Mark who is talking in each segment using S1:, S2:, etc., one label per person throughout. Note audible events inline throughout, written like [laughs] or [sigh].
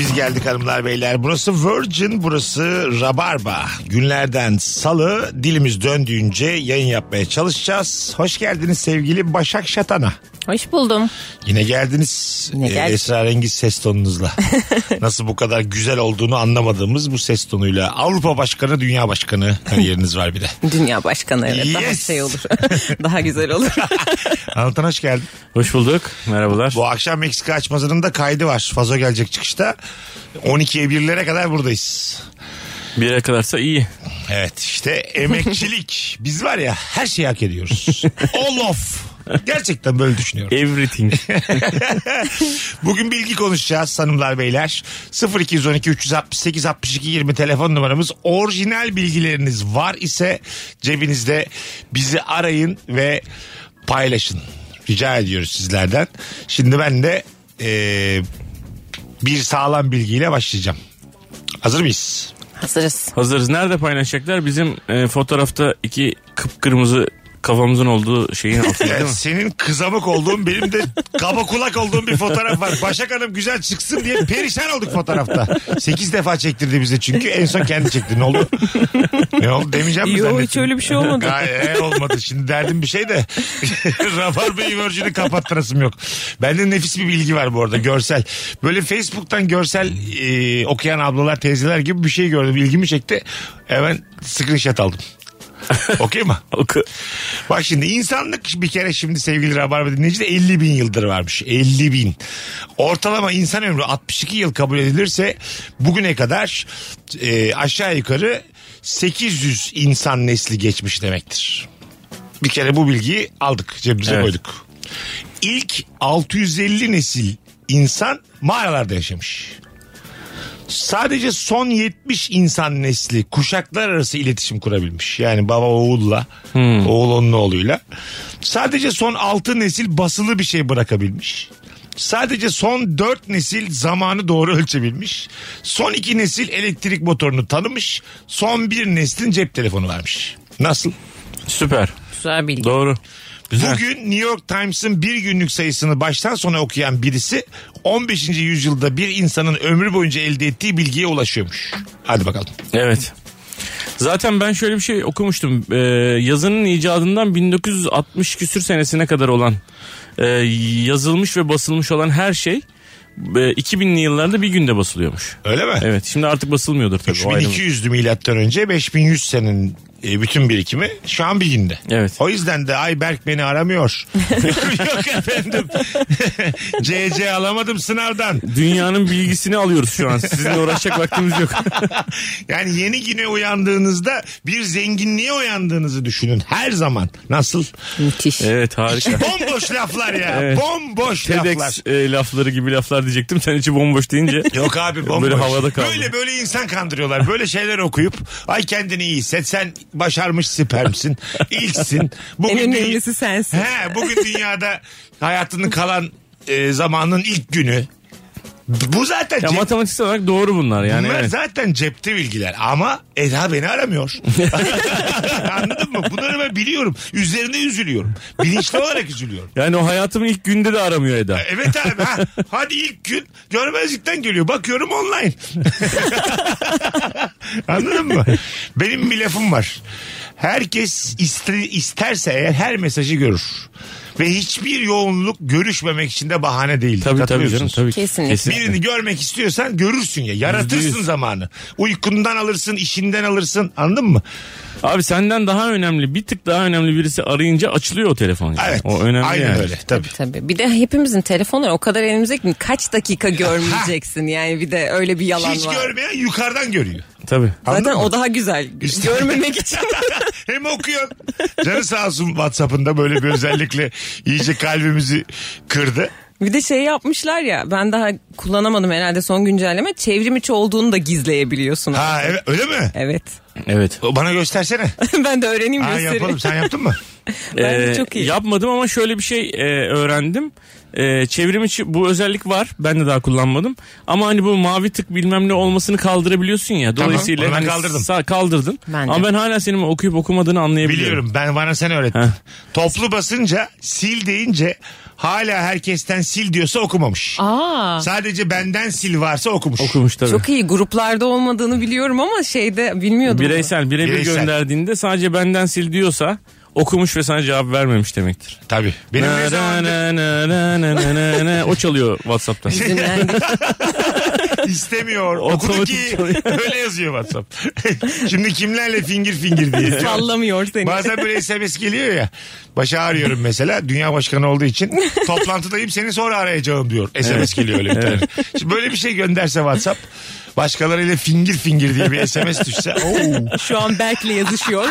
S1: Biz geldik hanımlar beyler. Burası Virgin, burası Rabarba. Günlerden salı dilimiz döndüğünce yayın yapmaya çalışacağız. Hoş geldiniz sevgili Başak Şatan'a.
S2: Hoş buldum.
S1: Yine geldiniz
S2: Yine
S1: Ee,
S2: geldik.
S1: esrarengiz ses
S2: [laughs]
S1: tonunuzla. Nasıl bu kadar güzel olduğunu anlamadığımız bu ses tonuyla. Avrupa Başkanı, Dünya Başkanı kariyeriniz var
S2: [laughs]
S1: bir de.
S2: Dünya başkanı evet daha
S1: Yes.
S2: şey olur. [laughs] daha güzel olur.
S1: Anlatan hoş geldin.
S3: Hoş bulduk. Merhabalar.
S1: Bu akşam Meksika açmazının da kaydı var. Fazo gelecek çıkışta. 12'ye 1'lere kadar buradayız.
S3: Bir yere kadarsa iyi.
S1: Evet işte emekçilik. Biz var ya her şeyi hak ediyoruz. All of. Gerçekten böyle düşünüyorum.
S3: E- Everything.
S1: Bugün bilgi konuşacağız hanımlar beyler. 0212 368 62 20 telefon numaramız. Orijinal bilgileriniz var ise cebinizde bizi arayın ve paylaşın. Rica ediyoruz sizlerden. Şimdi ben de eee, bir sağlam bilgiyle başlayacağım. Hazır mıyız?
S2: Hazırız.
S3: [laughs] Hazırız. Nerede paylaşacaklar? Bizim e, fotoğrafta iki kıpkırmızı kafamızın olduğu şeyin altında değil
S1: Yani
S3: mi?
S1: senin kızamık olduğun benim de kaba kulak olduğum bir fotoğraf var. Başak Hanım güzel çıksın diye perişan olduk fotoğrafta. 8 defa çektirdi bize çünkü en son kendi çekti. Ne oldu? Ne oldu demeyeceğim mi
S2: Yok
S1: zannettin?
S2: hiç öyle bir şey olmadı.
S1: Gayet olmadı. Şimdi derdim bir şey de [laughs] Rabar Bey Virgin'i kapattırasım yok. Bende nefis bir bilgi var bu arada görsel. Böyle Facebook'tan görsel e, okuyan ablalar teyzeler gibi bir şey gördüm. İlgimi çekti. Hemen screenshot aldım. Okey mi?
S3: Oku.
S1: Bak şimdi insanlık bir kere şimdi sevgili Rabarba dinleyici de 50 bin yıldır varmış. 50 bin. Ortalama insan ömrü 62 yıl kabul edilirse bugüne kadar e, aşağı yukarı 800 insan nesli geçmiş demektir. Bir kere bu bilgiyi aldık cebimize
S3: Evet.
S1: koyduk. İlk 650 nesil insan mağaralarda yaşamış. Sadece son 70 insan nesli kuşaklar arası iletişim kurabilmiş. Yani baba oğulla, oğul onun oğluyla. Sadece son 6 nesil basılı bir şey bırakabilmiş. Sadece son 4 nesil zamanı doğru ölçebilmiş. Son 2 nesil elektrik motorunu tanımış. Son 1 neslin cep telefonu varmış. Nasıl?
S3: Süper.
S2: Güzel bilgi.
S3: Doğru. Güzel.
S1: Bugün New York Times'ın bir günlük sayısını baştan sona okuyan birisi 15. yüzyılda bir insanın ömrü boyunca elde ettiği bilgiye ulaşıyormuş. Hadi bakalım.
S3: Evet. Zaten ben şöyle bir şey okumuştum. Ee, yazının icadından 1960 küsür senesine kadar olan e, yazılmış ve basılmış olan her şey e, 2000'li yıllarda bir günde basılıyormuş.
S1: Öyle mi?
S3: Evet. Şimdi artık basılmıyordur tabii. o ayrı mı?
S1: 3200'lü milattan önce 5100 senin e, bütün birikimi şu an bir günde.
S3: Evet.
S1: O yüzden de Ayberk beni
S3: [laughs]
S1: aramıyor. Yok efendim. [laughs] CC alamadım sınavdan. [laughs]
S3: Dünyanın bilgisini alıyoruz şu an. Sizinle uğraşacak vaktimiz yok.
S1: Yani yeni güne uyandığınızda bir zenginliğe uyandığınızı düşünün her zaman.
S3: [laughs]
S1: Nasıl?
S2: Müthiş.
S1: Ee, [laughs]
S3: Evet harika.
S1: Bomboş laflar ya.
S3: Evet.
S1: Bomboş Şey laflar.
S3: TEDx e, lafları gibi laflar diyecektim. Sen içi bomboş deyince.
S1: [laughs] Yok abi bomboş.
S3: Böyle havada kaldı.
S1: Böyle böyle insan kandırıyorlar. Böyle şeyler okuyup ay kendini iyi hisset. Sen başarmış spermsin. İlksin. Bugün
S2: En
S1: dünya-
S2: önemlisi sensin.
S1: He, bugün dünyada hayatının kalan e, zamanın ilk günü. Bu zaten
S3: Ya
S1: cep-
S3: matematiksel olarak doğru bunlar yani.
S1: Bunlar
S3: evet.
S1: zaten cepte bilgiler ama Eda beni
S3: [laughs]
S1: aramıyor. Anladın mı? Bunları ben biliyorum. Üzerine üzülüyorum. Bilinçli olarak üzülüyorum.
S3: Yani o hayatımın ilk günde de aramıyor Eda.
S1: Evet abi ha. hadi ilk gün görmezlikten geliyor. Bakıyorum online. [laughs] Anladın mı? Benim bir lafım var. Herkes iste- isterse eğer her mesajı görür. Ve hiçbir yoğunluk görüşmemek için de bahane değil.
S3: Tabii tabii
S1: Katılıyorsunuz.
S3: canım tabii. ki.
S2: Kesinlikle.
S1: Birini görmek istiyorsan görürsün ya. Yaratırsın zamanı. Uykundan alırsın, işinden alırsın. Anladın mı?
S3: Abi senden daha önemli bir tık daha önemli birisi arayınca açılıyor o telefon. Yani.
S1: Evet.
S3: O önemli
S1: Aynen
S3: yani.
S1: öyle. Tabii.
S2: Tabii. Bir de hepimizin telefonları o kadar elimizde ki kaç dakika görmeyeceksin yani bir de öyle bir yalan
S1: Hiç
S2: var.
S1: görmeyen yukarıdan görüyor.
S3: Tabii.
S2: Zaten
S1: Anladın mı?
S2: o daha güzel.
S1: İşte-
S2: Görmemek
S1: [laughs]
S2: için.
S1: Hem okuyor. Canı sağ olsun Whatsapp'ında böyle bir özellikle iyice kalbimizi kırdı.
S2: Bir de şey yapmışlar ya ben daha kullanamadım herhalde son güncelleme. Çevrim içi olduğunu da gizleyebiliyorsun.
S1: Ha evet, öyle mi?
S2: Evet. [laughs]
S3: Evet.
S1: O Bana göstersene.
S2: ben de öğreneyim
S1: ha
S2: göstereyim.
S1: yapalım. Sen yaptın
S2: [laughs]
S1: mı?
S2: Bence
S3: Ee,
S2: çok iyi.
S3: Yapmadım ama şöyle bir şey e, öğrendim. E, çevrim içi bu özellik var. Ben de daha kullanmadım. Ama hani bu mavi tık bilmem ne olmasını kaldırabiliyorsun ya. Dolayısıyla
S1: onu ben
S3: hani
S1: kaldırdım.
S3: Sağ, kaldırdın.
S2: Ben de.
S3: Ama ben hala senin okuyup okumadığını anlayabiliyorum.
S1: Biliyorum. Ben bana sen öğrettin.
S3: Heh.
S1: Toplu basınca sil deyince hala herkesten sil diyorsa okumamış.
S2: Aa.
S1: Sadece benden sil varsa okumuş.
S3: Okumuş tabii.
S2: Çok iyi gruplarda olmadığını biliyorum ama şeyde bilmiyordum. bunu.
S3: Bireysel birebir
S1: Bireysel.
S3: gönderdiğinde sadece benden sil diyorsa okumuş ve sana cevap vermemiş demektir.
S1: Tabii. Benim ne
S3: Na,
S1: zamandır
S3: na, na, na, na, na, na, na. o çalıyor
S1: [laughs]
S3: Whatsapp'tan.
S2: Dinlendik.
S1: istemiyor. Okudu
S3: Otomatik
S1: ki
S3: çalıyor.
S1: [laughs] öyle yazıyor WhatsApp. [laughs] Şimdi kimlerle fingir fingir diye.
S2: Sallamıyor seni.
S1: Bazen böyle SMS geliyor ya. Başa arıyorum mesela. Dünya başkanı olduğu için toplantıdayım seni sonra arayacağım diyor. SMS geliyor öyle bir tane. Şimdi böyle bir şey gönderse WhatsApp başkalarıyla fingir fingir diye bir SMS düşse. Oo.
S2: Şu an
S1: [laughs]
S2: Berk'le yazışıyor.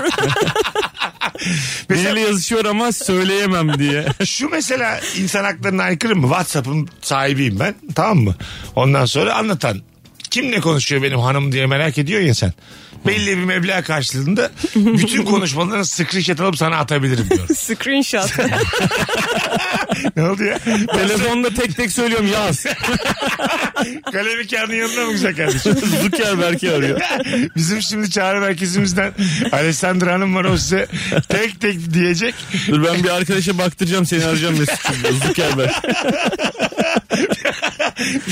S1: Mesela
S3: Biriyle yazışıyor ama söyleyemem diye.
S1: şu mesela insan haklarına aykırı mı? WhatsApp'ın sahibiyim ben. Tamam mı? Ondan sonra anlatan. Kimle konuşuyor benim hanım diye merak ediyor ya sen. Belli bir meblağ karşılığında bütün konuşmalarını screenshot alıp sana atabilirim diyor.
S2: Screenshot.
S1: ne oldu ya?
S3: Telefonda tek tek söylüyorum yaz.
S1: Kalemi kağıdın yanına mı güzel [laughs] kardeşim?
S3: Zuckerberg'i arıyor.
S1: Bizim şimdi çağrı merkezimizden Alessandra Hanım var o size tek tek diyecek.
S3: Dur ben bir arkadaşa baktıracağım seni arayacağım Mesut'cum. diyor. Zuckerberg.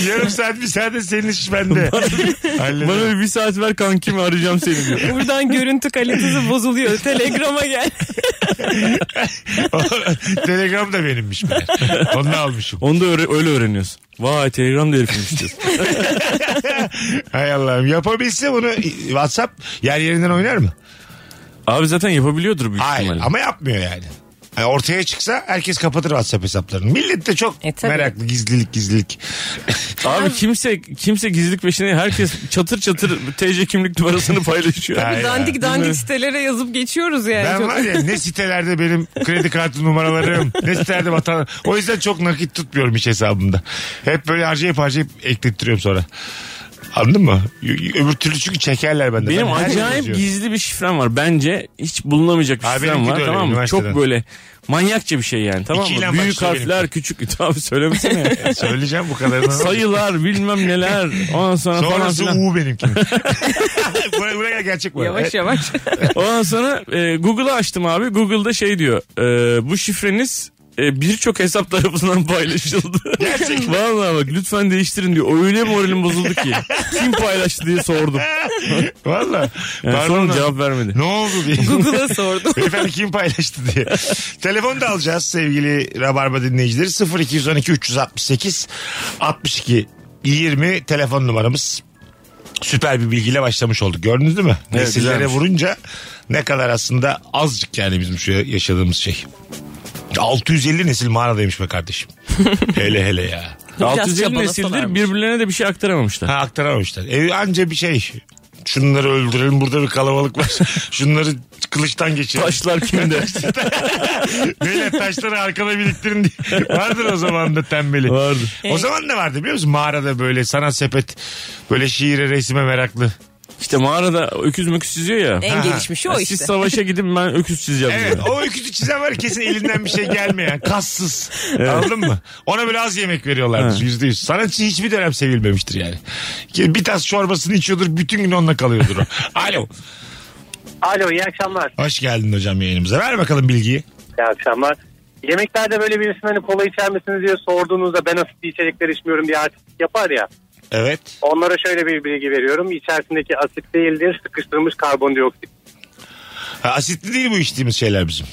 S1: Yarım saat bir saat de senin iş bende. Hallederim.
S3: Bana bir, bir saat ver kankimi arayacağım seni diyor.
S2: Buradan görüntü kalitesi bozuluyor. Telegram'a gel.
S1: [laughs] Telegram da benimmiş meğer. Onu almışım.
S3: Onu da öyle, öyle öğreniyorsun. Vay Telegram da herifmiş diyorsun.
S1: Hay Allah'ım yapabilse bunu WhatsApp yer yerinden oynar mı?
S3: Abi zaten yapabiliyordur büyük
S1: Hayır
S3: ihtimalle.
S1: ama yapmıyor yani. Yani ortaya çıksa herkes kapatır WhatsApp hesaplarını. Millet de çok
S2: E, tabii.
S1: meraklı gizlilik gizlilik.
S3: Abi kimse kimse gizlilik peşinde herkes çatır çatır TC kimlik numarasını paylaşıyor.
S1: Ay ya.
S2: dandik dandik sitelere yazıp geçiyoruz yani.
S1: Ben
S2: Çok-
S1: var ya ne sitelerde benim kredi kartı numaralarım ne sitelerde vatan. O yüzden çok nakit tutmuyorum hiç hesabımda. Hep böyle harcayıp harcayıp eklettiriyorum sonra. Anladın mı? Y- y- Öbür türlü çünkü çekerler benden.
S3: Benim
S1: Ben her yere
S3: acayip
S1: yazıyorum.
S3: gizli bir şifrem var. Bence hiç bulunamayacak bir
S1: Abi
S3: şifrem
S1: benimki de
S3: var
S1: öyle,
S3: tamam mı?
S1: üniversiteden.
S3: Çok böyle manyakça bir şey yani tamam
S1: İkiyle
S3: mı? Büyük
S1: başlıyor
S3: harfler küçük. [laughs] Abi söylemesene. ya.
S1: [laughs] Söyleyeceğim bu
S3: [laughs]
S1: kadarını.
S3: Sayılar bilmem neler. Ondan sonra falan
S1: Sonrası
S3: filan.
S1: U benimki. [laughs] buraya, buraya gerçek bu. arada. [laughs]
S2: Yavaş yavaş.
S3: Ondan sonra e, Google'ı açtım abi. Google'da şey diyor. e, bu şifreniz e, birçok hesap tarafından
S1: [laughs]
S3: paylaşıldı. Gerçekten. Vallahi bak lütfen değiştirin diyor. Öyle moralim bozuldu ki. Kim paylaştı
S1: [laughs]
S3: diye sordum.
S1: Valla.
S3: Yani
S1: Pardon
S3: sonra
S1: da-
S3: cevap vermedi.
S1: Ne oldu
S3: [laughs]
S1: diye.
S2: Google'a sordum.
S1: Beyefendi kim paylaştı diye. Telefonu da alacağız sevgili Rabarba dinleyicileri. 0212 368 62 20 telefon numaramız. Süper bir bilgiyle başlamış olduk. Gördünüz değil mi?
S3: Evet,
S1: Nesillere
S3: güzelmiş.
S1: vurunca ne kadar aslında azıcık yani bizim şu yaşadığımız şey. 650 nesil mağaradaymış be
S3: [laughs]
S1: kardeşim. hele hele ya.
S2: Biraz
S3: 650 nesildir
S2: çabalasalarmış.
S3: birbirlerine de bir şey aktaramamışlar.
S1: Ha aktaramamışlar. E, anca bir şey. Şunları öldürelim burada bir kalabalık [laughs] var. Şunları kılıçtan geçirelim.
S3: Taşlar kimde?
S1: [laughs] Beyler taşları arkada biriktirin diye. [laughs] Vardır o zaman da tembeli.
S3: Vardı.
S1: O zaman da vardı biliyor musun? Mağarada böyle sanat sepet böyle şiire resime meraklı.
S3: İşte mağarada öküz möküz çiziyor ya.
S2: En gelişmişi o
S3: Ya
S2: işte.
S3: Siz savaşa gidin ben öküz çizeceğim.
S1: Evet
S3: diyor.
S1: o öyküsü çizen var ya, kesin elinden bir şey gelmeyen kassız anladın mı? Ona böyle az yemek veriyorlardır yüzde yüz. Sanatçı hiçbir dönem sevilmemiştir yani. Bir tas çorbasını içiyordur bütün gün onunla kalıyordur o. [laughs] Alo
S4: Alo iyi akşamlar.
S1: hoş geldin hocam yayınımıza ver bakalım bilgiyi.
S4: İyi akşamlar. Yemeklerde böyle birisine hani kola içer misiniz diye sorduğunuzda ben asitli içecekler içmiyorum diye artistlik yapar ya.
S1: Evet.
S4: Onlara şöyle bir bilgi veriyorum. İçerisindeki asit değildir sıkıştırılmış karbondioksit.
S1: Ha, asitli değil bu içtiğimiz şeyler bizim.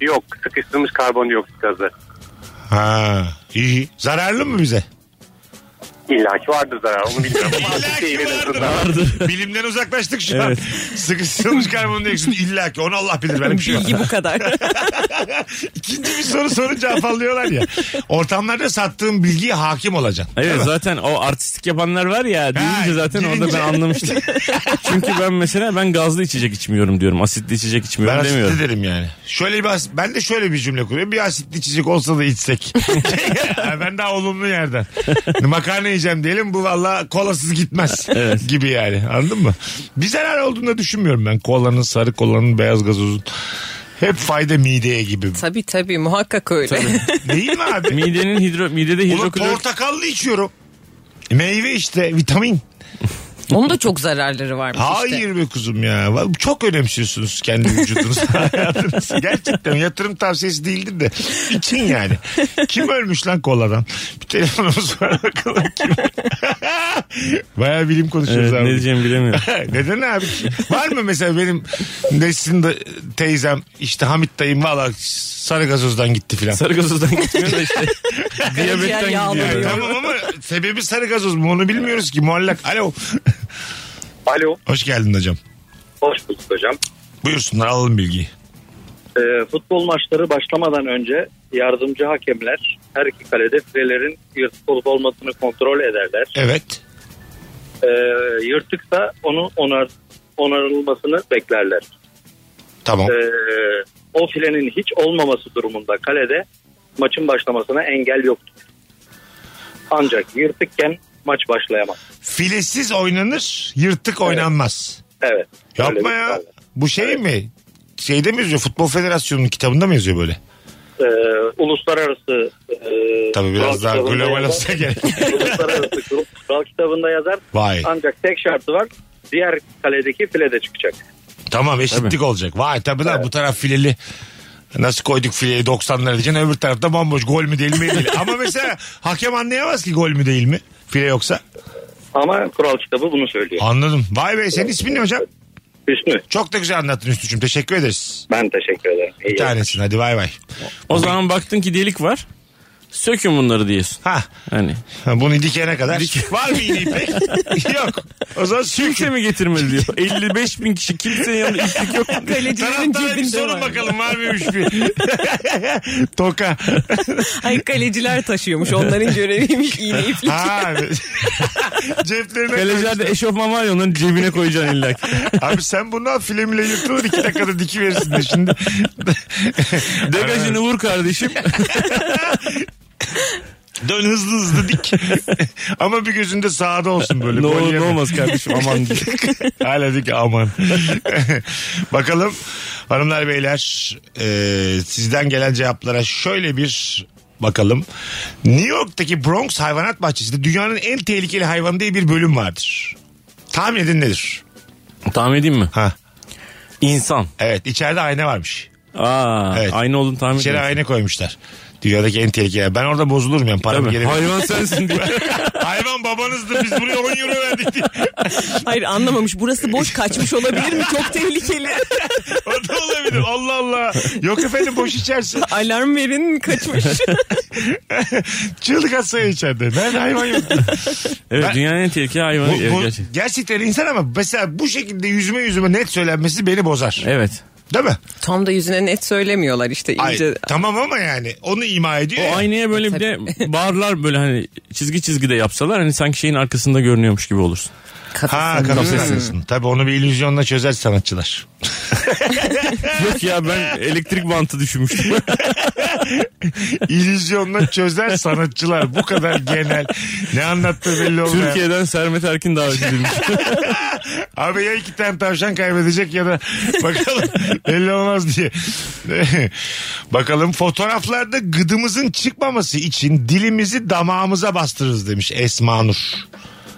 S4: Yok sıkıştırılmış karbondioksit gazı.
S1: Ha iyi. Zararlı mı bize?
S4: İlla ki vardır zarar onu bilmiyorum. [laughs] ama
S1: İlla
S4: azıcık
S1: ki
S4: değil en
S1: vardır.
S4: azından.
S1: Bilimden uzaklaştık şu an. Sıkıştırılmış karbondioksit illa ki onu Allah bilir benim bir şey yok.
S2: Bilgi
S1: [laughs]
S2: bu kadar.
S1: İkinci bir soru sorunca afallıyorlar ya. Ortamlarda sattığın bilgiye hakim olacaksın.
S3: Evet zaten o artistik yapanlar var ya deyince zaten orada
S1: deyince. [laughs]
S3: ben anlamıştım. Çünkü ben mesela ben gazlı içecek içmiyorum diyorum. Asitli içecek içmiyorum
S1: Ben
S3: demiyorum.
S1: asitli derim yani. Şöyle bir as- ben de şöyle bir cümle kuruyorum. Bir asitli içecek olsa da içsek. [laughs] ben daha olumlu yerden. Makarna yiyeceğim diyelim bu valla kolasız gitmez gibi yani. Anladın mı? Bir zarar olduğunu da düşünmüyorum ben. Kolanın, sarı kolanın, beyaz gazozun. Hep fayda mideye gibi.
S2: tabii tabii muhakkak öyle.
S1: Değil mi abi?
S3: Midenin hidro, midede
S1: Ulan
S3: hidroklor...
S1: portakallı içiyorum. Meyve işte vitamin.
S2: [laughs] Onun da çok zararları varmış işte.
S1: Hayır be kuzum ya. Çok önemsiyorsunuz kendi
S3: [laughs]
S1: vücudunuzu. hayatınızı. [laughs] Gerçekten yatırım tavsiyesi değildir de. için yani. Kim ölmüş lan koladan? Bir telefonumuz var bakalım kim. [laughs] Baya bilim konuşuyoruz
S3: Evet,
S1: abi.
S3: ne diyeceğimi bilemiyorum.
S1: [laughs] Neden abi? Var mı mesela benim Nesin de- teyzem işte Hamit dayım valla sarı gazozdan gitti filan.
S3: Sarı gazozdan gitmiyor
S1: [laughs]
S3: da işte. Diyabetten
S2: yağlı
S3: gidiyor.
S1: Yani
S2: oluyor.
S1: tamam ama sebebi sarı gazoz mu onu bilmiyoruz ki muallak. Alo.
S4: Alo
S1: Hoş geldin hocam.
S4: hoş bulduk hocam.
S1: Buyursunlar alalım bilgiyi.
S4: Ee, futbol maçları başlamadan önce yardımcı hakemler her iki kalede filelerin yırtık olup olmadığını kontrol ederler.
S1: Evet.
S4: Ee, yırtıksa onun onar, onarılmasını beklerler.
S1: Tamam.
S4: Ee, o filenin hiç olmaması durumunda kalede maçın başlamasına engel yoktur. Ancak yırtıkken maç başlayamaz.
S1: Filesiz oynanır, yırtık oynanmaz.
S4: Evet.
S1: Yapma
S4: Öyle bir
S1: ya.
S4: kural.
S1: Bu şey mi? Şeyde mi yazıyor? Futbol Federasyonu'nun kitabında mı yazıyor böyle?
S4: Ee, uluslararası e,
S1: Tabii biraz
S4: kural
S1: daha
S4: kitabında
S1: global
S4: yazar.
S1: olsa gerek.
S4: [laughs] Uluslararası kural- kural kitabında yazar.
S1: Vay.
S4: Ancak tek şartı var. Diğer kaledeki file de çıkacak.
S1: Tamam eşitlik olacak. Vay tabii lan bu taraf fileli. Nasıl koyduk fileyi 90'lara diyeceksin öbür tarafta bomboş gol mü değil mi
S4: [laughs]
S1: değil. Ama mesela hakem anlayamaz ki gol mü değil mi file yoksa.
S4: Ama kural kitabı bunu söylüyor.
S1: Anladım. Vay be senin ismin ne hocam?
S4: Hüsnü
S1: Çok da güzel anlattın Üstücüğüm teşekkür ederiz.
S4: ben teşekkür ederim. İyi
S1: Bir
S4: yayınlar.
S1: tanesin hadi bay bay.
S3: O zaman baktın ki delik var. Sökün bunları diyorsun.
S1: Ha
S3: Hani.
S1: bunu dikene kadar. Var mı
S4: [laughs]
S1: iğne ipek? Yok. O zaman sürükle
S3: Kimse mi
S1: [laughs]
S3: getirmeli diyor. 55 bin kişi kimsenin yanında iplik yok.
S2: Kalecilerin
S1: Taraftara bir
S2: cebinde
S1: sorun
S2: var.
S1: bakalım var mıymış bir. [laughs] Toka.
S2: Ay kaleciler taşıyormuş.
S1: [laughs]
S2: Onların göreviymiş iğne iplik.
S1: Ha. [laughs] Ceplerine
S3: [laughs] Kaleciler de eşofman var ya onların cebine koyacaksın illa
S1: [laughs]
S3: ki.
S1: Abi sen bunu al filmle yırtılır iki dakikada diki verirsin de şimdi.
S3: Degajını vur kardeşim.
S1: Dön hızlı hızlı dik. [laughs] Ama bir gözünde sağda olsun böyle.
S3: [laughs] ne
S1: Gol
S3: olur ne
S1: yeme.
S3: olmaz kardeşim aman diye.
S1: [laughs] Hala diyor ki aman. Bakalım hanımlar beyler e, sizden gelen cevaplara şöyle bir bakalım. New York'taki Bronx Hayvanat Bahçesi'nde dünyanın en tehlikeli hayvanı diye bir bölüm vardır. Tahmin edin nedir?
S3: Tahmin edeyim mi?
S1: Ha.
S3: İnsan.
S1: Evet içeride ayna varmış.
S3: Aa,
S1: Evet.
S3: Aynı olduğunu tahmin
S1: İçeri
S3: ediyorum.
S1: ayna koymuşlar. Dünyadaki en tehlikeli. Ben orada bozulurum yani param
S3: Tabii.
S1: gelir.
S3: Hayvan sensin diyor.
S1: [laughs] Hayvan babanızdı biz buraya 10 euro verdik diye. [laughs]
S2: Hayır anlamamış. Burası boş kaçmış olabilir mi?
S1: [laughs]
S2: Çok tehlikeli.
S1: O da olabilir. Allah Allah. Yok efendim boş içersin.
S2: Alarm verin kaçmış.
S1: Çığlık atsaya içeride. Ben hayvan yok.
S3: Evet
S1: Ben-
S3: dünyanın en tehlikeli hayvanı.
S1: Bu-
S3: Evet,
S1: bu
S3: gerçekten.
S1: gerçekten insan ama mesela bu şekilde yüzüme yüzüme net söylenmesi beni bozar.
S3: Evet.
S1: Değil mi?
S2: Tam da yüzüne net söylemiyorlar işte
S1: Ay,
S2: ince.
S1: tamam ama yani onu ima ediyor.
S3: O
S1: ya.
S3: aynaya böyle bir de
S1: [laughs]
S3: barlar böyle hani çizgi çizgi de yapsalar hani sanki şeyin arkasında görünüyormuş gibi olursun.
S1: Ha kafasın. Tabii onu bir illüzyonla çözer
S3: [laughs]
S1: sanatçılar.
S3: Yok ya ben elektrik bantı düşünmüştüm.
S1: illüzyonla çözer sanatçılar. Bu kadar genel. Ne anlattığı belli olmuyor.
S3: Türkiye'den Sermet Erkin davet edilmiş.
S1: Abi ya iki tane tavşan kaybedecek ya da
S3: [laughs]
S1: bakalım belli olmaz diye. [laughs] bakalım fotoğraflarda gıdımızın çıkmaması için dilimizi damağımıza bastırırız demiş Esma Nur.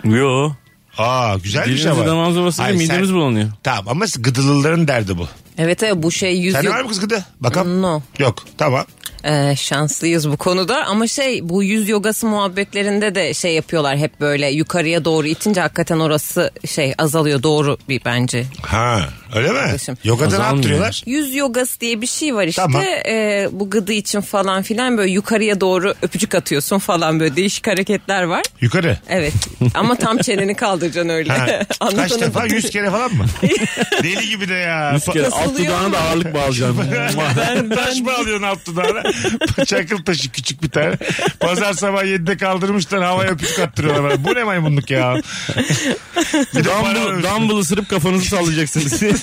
S3: Yo.
S1: Aa güzelmiş
S3: Dilimizi
S1: ama.
S3: damağımıza basınca
S1: Ay, sen-
S3: midemiz bulanıyor.
S1: Tamam ama gıdılıların derdi bu.
S2: Evet evet bu şey yüz
S1: Sen
S2: yok.
S1: var mı kız gıdı? Bakalım.
S2: No.
S1: Yok tamam.
S2: Ee, şanslıyız bu konuda ama şey bu yüz yogası muhabbetlerinde de şey yapıyorlar hep böyle yukarıya doğru itince hakikaten orası şey azalıyor doğru bir bence.
S1: Ha öyle mi?
S2: Kardeşim.
S1: Yoga'da ne
S3: Azalmıyor.
S1: yaptırıyorlar?
S2: Yüz yogası diye bir şey var işte
S1: Tamam.
S2: Ee, bu gıdı için falan filan böyle yukarıya doğru öpücük atıyorsun falan böyle değişik hareketler var.
S1: Yukarı. [laughs]
S2: Evet ama tam çeneni kaldıracaksın
S1: Ha.
S2: [laughs] öyle.
S1: Kaç
S2: Anlatabildim.
S1: defa? Yüz kere falan mı? Deli gibi de ya.
S3: Yüz kere alt
S2: Kasılıyor
S3: dudağına da
S1: [laughs]
S3: ağırlık bağlayacaksın.
S1: Ben, Taş mı alıyorsun alt dudağına? Çakıl taşı küçük bir tane. Pazar sabah 7'de kaldırmışlar havaya öpücük attırıyorlar. bana. Bu ne maymunluk ya? bir de para
S3: Dumble,
S1: vermiş.
S3: dumble ısırıp
S1: [laughs]
S3: kafanızı sallayacaksınız.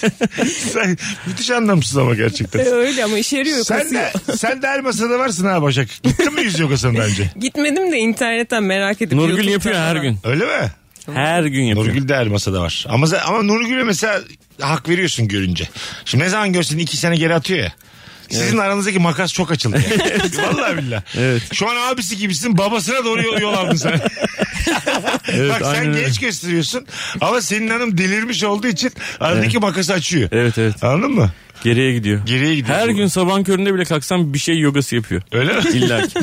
S1: Sen- Müthiş anlamsız ama gerçekten.
S2: [laughs] Öyle ama işe yarıyor.
S1: sen
S2: kasıyor.
S1: de,
S3: [laughs]
S1: sen de her masada varsın ha Başak. Gittin mi yüz yogasına daha önce?
S2: Gitmedim de internetten merak edip.
S3: Nurgül
S2: YouTube'dan
S3: yapıyor her
S2: falan.
S3: gün.
S1: Öyle mi?
S3: Her gün yapıyor.
S1: Nurgül de her masada var. Ama, sen- ama Nurgül'e mesela hak veriyorsun görünce. Şimdi ne zaman görsün iki sene geri atıyor ya. Sizin aranızdaki makas çok açıldı.
S3: [laughs]
S1: Yani. [laughs] Vallahi billah. Şu an abisi gibisin babasına doğru yol, yol aldın
S3: [laughs]
S1: sen. Bak sen
S3: aynen öyle.
S1: genç gösteriyorsun ama senin hanım delirmiş olduğu için aradaki makası açıyor.
S3: Evet evet.
S1: Anladın mı?
S3: Geriye gidiyor.
S1: Geriye gidiyor.
S3: Her
S1: Bu.
S3: gün sabahın köründe bile kalksam bir şey yogası yapıyor.
S1: Öyle mi?
S3: [laughs] İlla
S1: [laughs]
S3: ki.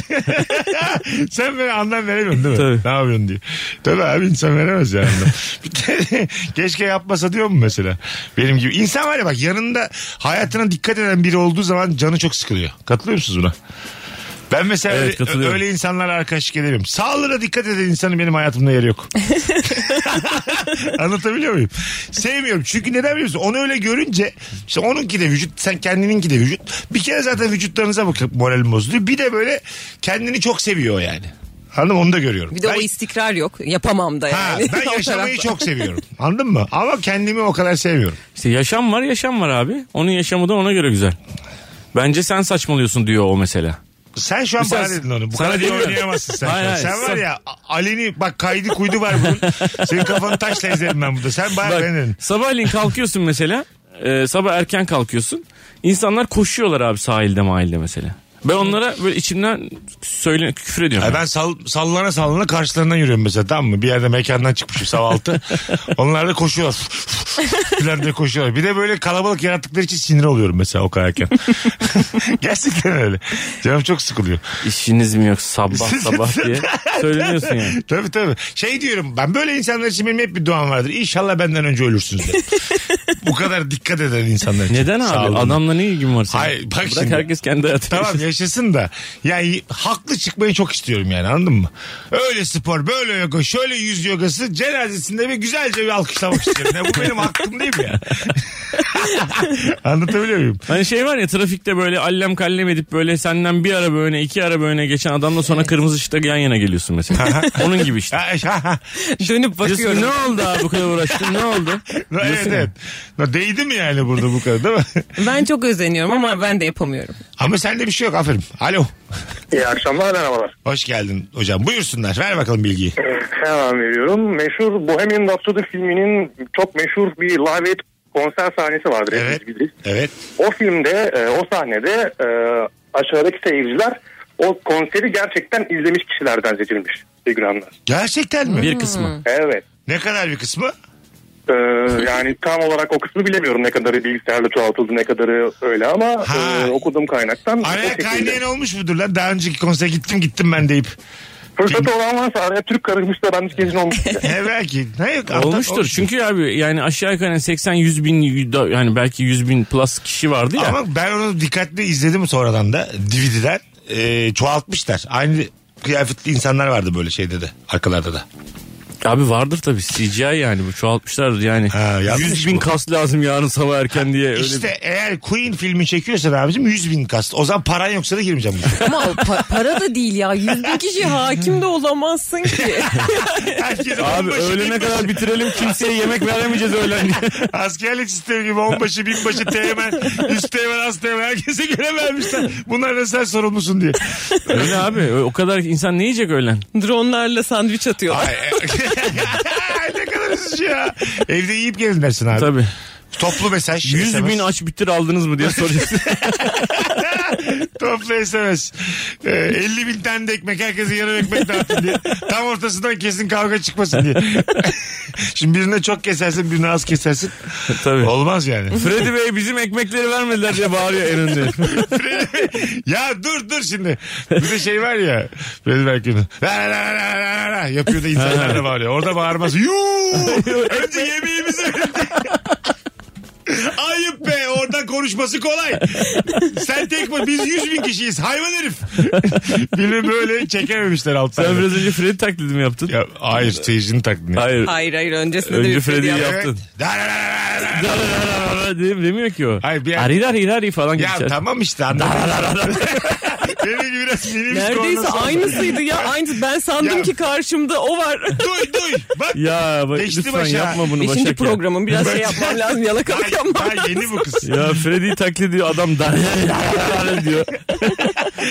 S1: Sen böyle anlam veremiyorsun değil mi?
S3: Tabii.
S1: Ne yapıyorsun diye. Tabii abi insan veremez ya
S3: [laughs]
S1: anlam. Bir de [laughs] Keşke yapmasa diyor mu mesela? Benim gibi. İnsan var ya bak yanında hayatına dikkat eden biri olduğu zaman canı çok sıkılıyor. Katılıyor musunuz buna? Ben mesela
S3: Evet,
S1: öyle-
S3: katılıyorum.
S1: öyle insanlara arkadaşlık edemiyorum. Sağlığına dikkat eden insanın benim hayatımda yeri yok. Anlatabiliyor muyum? Sevmiyorum. Çünkü neden biliyor musun? Onu öyle görünce işte onunki de vücut, sen kendininki de vücut. Bir kere zaten vücutlarınıza bakıp moralim bozuluyor. Bir de böyle kendini çok seviyor yani. Anladın mı? Onu da görüyorum.
S2: Bir de
S1: Ben-
S2: o istikrar yok. Yapamam da
S1: Ha,
S2: yani.
S1: ben
S2: [laughs] O
S1: yaşamayı
S2: tarafta.
S1: çok seviyorum. Anladın mı? Ama kendimi o kadar sevmiyorum.
S3: İşte yaşam var yaşam var abi. Onun yaşamı da ona göre güzel. Bence sen saçmalıyorsun diyor o mesela.
S1: Sen şu an
S3: Mesela
S1: bana dedin onu. Bu
S3: sana
S1: kadar iyi
S3: demiyorum.
S1: oynayamazsın sen. şu an.
S3: Hayır, hayır,
S1: sen var
S3: sen-
S1: ya aleni bak kaydı kuydu var bunun. Senin kafanı taşla ezerim ben burada. Sen bayağı
S3: Bak
S1: beğendin.
S3: sabahleyin kalkıyorsun mesela. e, sabah erken kalkıyorsun. İnsanlar koşuyorlar abi sahilde mahilde mesela. Ben onlara böyle içimden söyle küfür ediyorum.
S1: Ya ben sal, sallana sallana karşılarına yürüyorum mesela tamam mı? Bir yerde mekandan çıkmışım sabah altı. Onlar da koşuyorlar. [laughs] Falan diye koşuyorlar. Bir de böyle kalabalık yarattıkları için sinir oluyorum mesela o kayarken. [laughs] Gerçekten öyle. Canım çok sıkılıyor.
S3: İşiniz mi yok sabah
S1: [laughs]
S3: sabah diye söyleniyorsun yani.
S1: Tabii tabii. Şey diyorum ben böyle insanlar için benim hep bir duam vardır. İnşallah benden önce ölürsünüz diye. Bu kadar dikkat eden insanlar için.
S3: Neden abi?
S1: Sağlığına.
S3: Adamla ne ilgin var senin?
S1: Hayır, bak
S3: Bırak
S1: şimdi.
S3: herkes kendi
S1: [laughs]
S3: hayatını.
S1: Tamam yaşasın da. Yani haklı çıkmayı çok istiyorum yani anladın mı? Öyle spor, böyle yoga, şöyle yüz yogası cenazesinde bir güzelce bir alkışlamak istiyorum. Ya bu benim hakkım değil mi ya? [laughs] Anlatabiliyor muyum?
S3: Hani şey var ya trafikte böyle allem kallem edip böyle senden bir araba öne iki araba öne geçen adamla sonra kırmızı ışıkta yan yana geliyorsun mesela. [laughs] Onun
S1: [laughs]
S3: gibi işte.
S1: Ha, ha, ha.
S3: Dönüp
S2: bakıyorum.
S3: Ne oldu abi bu kadar uğraştın ne oldu?
S1: [laughs] evet
S3: Diyorsun ya.
S1: evet. Ya, Değdi mi yani burada bu kadar değil mi? [laughs]
S2: Ben çok özeniyorum ama ben de [laughs] yapamıyorum.
S1: Ama sende bir şey yok aferin. Alo.
S5: İyi akşamlar merhabalar.
S1: Hoş geldin hocam. Buyursunlar. Ver bakalım bilgiyi.
S5: Hemen veriyorum. Meşhur Bohemian Rhapsody filminin çok meşhur bir live aid konser sahnesi vardır.
S1: Evet.
S5: hepimiz biliriz.
S1: Evet.
S5: O filmde e, o sahnede e, aşağıdaki seyirciler o konseri gerçekten izlemiş kişilerden seçilmiş figüranlar.
S1: Gerçekten mi?
S3: Bir kısmı.
S5: Evet.
S1: Ne kadar bir kısmı?
S5: E, yani tam olarak o kısmı bilemiyorum ne kadarı bilgisayarla çoğaltıldı ne kadarı öyle ama
S1: Ha.
S5: e, okuduğum kaynaktan o
S1: Araya
S5: şekilde.
S1: kaynayan olmuş mudur lan? Daha önceki konsere gittim gittim ben deyip.
S5: Fırsatı olan varsa araya Türk karışmış da ben hiç gezin olmuş.
S1: He belki. Ne yok,
S3: Olmuştur. Çünkü abi yani aşağı yukarı 80-100 bin yani belki 100 bin plus kişi vardı ya.
S1: Ama ben onu dikkatli izledim sonradan da DVD'den. Ee, çoğaltmışlar. Aynı kıyafetli insanlar vardı böyle şeyde de. Arkalarda da.
S3: Abi vardır tabii CGI yani bu çoğaltmışlar yani.
S1: Ha, yanlış
S3: 100 bin
S1: bu.
S3: kas lazım yarın sabah erken diye. Öyle
S1: işte eğer Queen filmi çekiyorsan abicim 100 bin kast. O zaman paran yoksa da girmeyeceğim. bu
S3: [laughs]
S1: işe.
S2: Ama o pa- para da değil ya. Yüz bin kişi hakim de olamazsın ki.
S1: Herkes
S3: Abi
S1: onbaşı,
S3: öğlene
S1: binbaşı.
S3: kadar bitirelim kimseye yemek veremeyeceğiz öğlen diye.
S1: [laughs] Askerlik sistemi gibi onbaşı, binbaşı, teğmen, üst teğmen, as teğmen herkese göre vermişler. Bunlardan sen sorumlusun diye.
S3: Öyle abi [laughs] o kadar insan ne yiyecek öğlen?
S2: [laughs] Dronlarla sandviç atıyorlar.
S1: Ay, e- [laughs] ne kadar üzücü ya. Evde yiyip gelin dersin abi.
S3: Tabii.
S1: Toplu mesaj.
S3: 100 bin
S1: SMS. [laughs]
S3: aç bitir aldınız mı diye soruyorsun.
S1: Toplu SMS. Ee, 50 bin tane de ekmek herkese yarım ekmek dağıtın diye. Tam ortasından kesin kavga çıkmasın diye. [laughs] Şimdi birine çok kesersin birine az kesersin.
S3: Tabii.
S1: Olmaz yani.
S3: Freddy Bey bizim ekmekleri vermediler diye bağırıyor
S1: [laughs]
S3: en önde.
S1: ya dur dur şimdi. Bir de şey var ya. Freddie Mercury'nin. La la la la la la yapıyor da insanlar da bağırıyor. Orada bağırmaz.
S3: [laughs]
S1: Yuu! Önce yemeğimizi verin diye. Ayıp be orada konuşması kolay. Sen tek mi? Biz 100 bin kişiyiz hayvan herif. Biri böyle çekememişler alttan.
S3: Sen biraz önce Freddy taklidi mi yaptın?
S1: Ya, hayır seyircinin taklidini.
S3: Hayır. [laughs]
S2: Hayır hayır öncesinde de
S3: Önce
S2: bir Freddy
S3: Freddy'yi
S2: yap-
S3: yaptın.
S1: La la la la la la.
S3: Dem- Demiyor ki o.
S1: Hayır, bir-
S3: Ari ari ari falan
S1: Ya
S3: geçer.
S1: tamam işte anladım. [laughs] Benim gibi biraz minibüs
S2: Neredeyse
S1: kornası.
S2: aynısıydı ya. Aynı ben sandım
S1: Ya.
S2: ki karşımda o var.
S1: Duy duy.
S3: [laughs]
S1: Bak
S3: Ya bak,
S1: Geçti
S3: lütfen
S1: başa.
S3: yapma bunu
S2: Beşinci
S3: Başak ya.
S2: programın biraz şey yapmam lazım. Yalakalık
S1: Daha,
S2: yapmam
S1: daha
S2: lazım.
S1: yeni bu kız.
S3: Ya Freddy taklidi diyor adam dar [laughs]
S1: [laughs]
S3: diyor.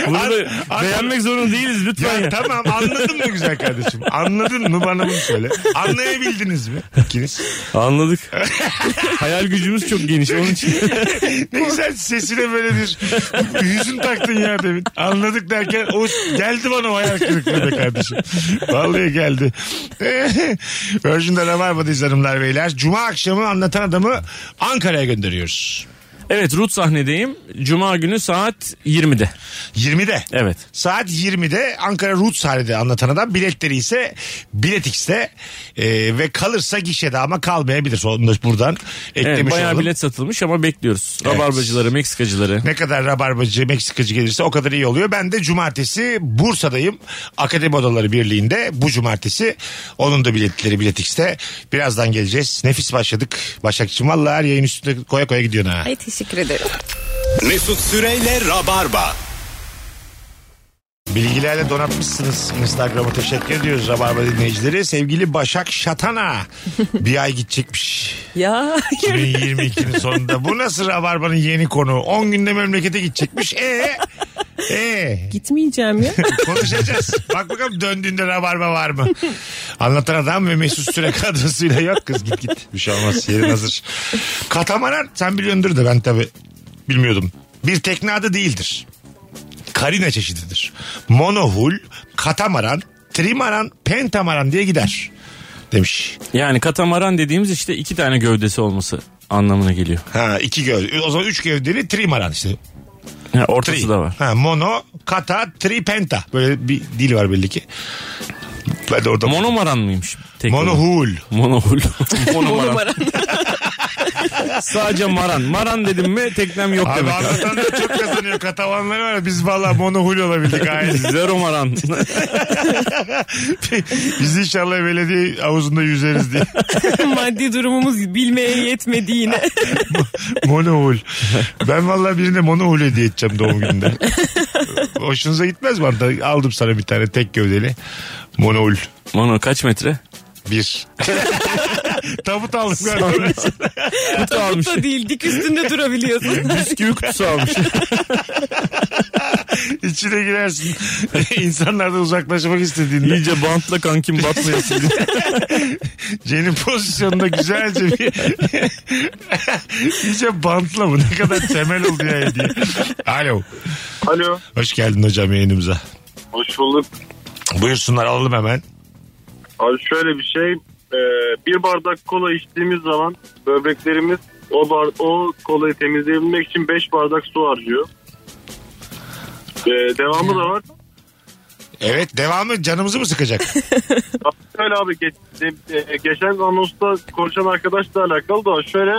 S3: Bunu da
S1: Ar- ar-
S3: beğenmek zorunda değiliz lütfen
S1: Ya,
S3: ya.
S1: tamam anladın mı güzel kardeşim? Anladın mı bana bunu söyle. Anlayabildiniz mi ikiniz? [laughs] E,
S3: Anladık. Hayal gücümüz çok geniş onun için.
S1: Ne güzel sesine böyle bir yüzün taktın ya demin. Anladık derken o geldi bana o hayal kırıklığı be kardeşim. Vallahi geldi. [laughs] Virgin'de Rabarba'dayız hanımlar beyler. Cuma akşamı anlatan adamı Ankara'ya gönderiyoruz.
S3: Evet Rut sahnedeyim. Cuma günü saat 20'de.
S1: 20'de.
S3: Evet.
S1: Saat 20'de Ankara Root sahnede anlatan adam biletleri ise Biletix'te e, ve kalırsa gişede ama kalmayabilir. Onu da buradan eklemiş
S3: evet bayağı
S1: olalım.
S3: bilet satılmış ama bekliyoruz. Rabarbacıları, Meksikacıları.
S1: Ne kadar rabarbacı, Meksikacı gelirse o kadar iyi oluyor. Ben de cumartesi Bursa'dayım. Akademi Odaları Birliği'nde bu cumartesi. Onun da biletleri Biletix'te. Birazdan geleceğiz. Nefis başladık. Başakçım valla her yayın üstüne koya koya gidiyorsun ha.
S2: Ay teşekkür ederim.
S6: Mesut Süreyle Rabarba.
S1: Bilgilerle donatmışsınız. Instagram'a teşekkür ediyoruz Rabarba dinleyicileri. Sevgili Başak Şatana bir ay gidecekmiş.
S2: Ya
S1: 2022'nin sonunda. Bu nasıl Rabarba'nın yeni konu? 10 günde memlekete gidecekmiş. E e
S2: gitmeyeceğim ya. [laughs]
S1: konuşacağız. Bak bakalım döndüğünde Rabarba var mı? Anlatan adam ve Mesut Süre kadrosuyla yok kız git git. Bir şey olmaz yerin hazır. Katamaran sen biliyordur da ben tabi bilmiyordum. Bir tekne adı değildir. Karina çeşididir. Monohul, katamaran, trimaran, pentamaran diye gider. Demiş.
S3: Yani katamaran dediğimiz işte iki tane gövdesi olması anlamına geliyor.
S1: Ha iki gövde. O zaman üç gövdeli trimaran işte.
S3: Yani
S1: Tri.
S3: ortası da var.
S1: Ha, mono, kata, tri, penta. Böyle bir dil var belli ki. Ben de orada...
S3: Monomaran mıymış? Tek olan?
S1: Monohul. [laughs]
S3: Monohul. Monomaran.
S2: Numara.
S3: Sadece maran. Maran dedim mi teknem yok
S1: Abi
S3: demek. abi.
S1: anlatan da çok kazanıyor. Katavanları var. ya, Biz valla monohul olabildik ailesi.
S3: [laughs] Zero maran.
S1: Biz inşallah belediye havuzunda yüzeriz diye.
S2: Maddi durumumuz bilmeye yetmedi yine.
S1: Monohul. Ben valla birine monohul hediye edeceğim doğum gününde. Hoşunuza gitmez mi? Hatta Aldım sana bir tane tek gövdeli. Monohul.
S3: Mono kaç metre?
S1: Bir. Tabut aldım galiba.
S3: Kutu almış.
S2: Da değil dik üstünde
S3: [laughs]
S2: durabiliyorsun.
S3: Bisküvi kutusu almış.
S1: İçine girersin. İnsanlardan uzaklaşmak istediğinde.
S3: İyice bantla kankim batmayasın diye.
S1: Cenin pozisyonunda güzelce bir iyice bantla mı? Ne kadar temel oldu ya hediye. Alo.
S7: Alo.
S1: Hoş geldin hocam yayınımıza.
S7: Hoş bulduk.
S1: Buyursunlar alalım hemen.
S7: Abi şöyle bir şey. e, bir bardak kola içtiğimiz zaman böbreklerimiz o bar o kolayı temizleyebilmek için 5 bardak su harcıyor. E, devamı da var.
S1: Evet devamı canımızı mı
S7: [laughs]
S1: sıkacak?
S7: Abi Şöyle abi geç- e, geçen anonsta konuşan arkadaşla alakalı da şöyle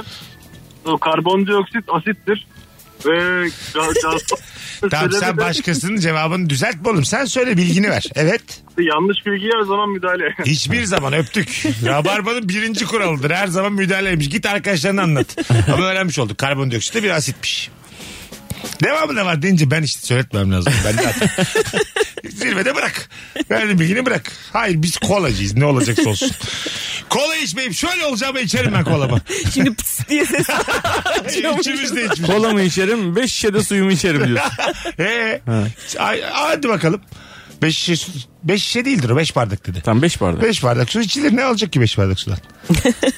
S7: o karbondioksit asittir ve
S1: [laughs]
S7: ga- gaz-
S1: tamam sen
S7: sebebi de
S1: başkasının cevabını düzeltme oğlum. Sen söyle bilgini ver. Evet.
S7: yanlış bilgiye her zaman
S1: [laughs]
S7: müdahale.
S1: Hiçbir zaman öptük. Rabarbanın birinci kuralıdır. Her zaman müdahaleymiş. Git arkadaşlarına anlat. Ama öğrenmiş olduk. Karbondioksit de bir asitmiş. Devamı da var deyince ben işte söyletmem lazım. Ben de atayım. Zirvede bırak. Verdiğin bilgini bırak. Hayır biz kolacıyız. Ne olacaksa olsun. Kola içmeyip şöyle olacağımı içerim ben kolamı.
S2: Şimdi pıs diye ses
S1: İçimiz de
S3: [laughs]
S1: içmiş.
S3: Kola mı içerim? Beş şişe de suyumu içerim diyor.
S1: Ee, ay- hadi bakalım. Beş şişe su- 5 şişe değildir o 5 bardak dedi.
S3: Tamam 5 bardak.
S1: 5 bardak su içilir ne alacak ki 5 bardak sudan?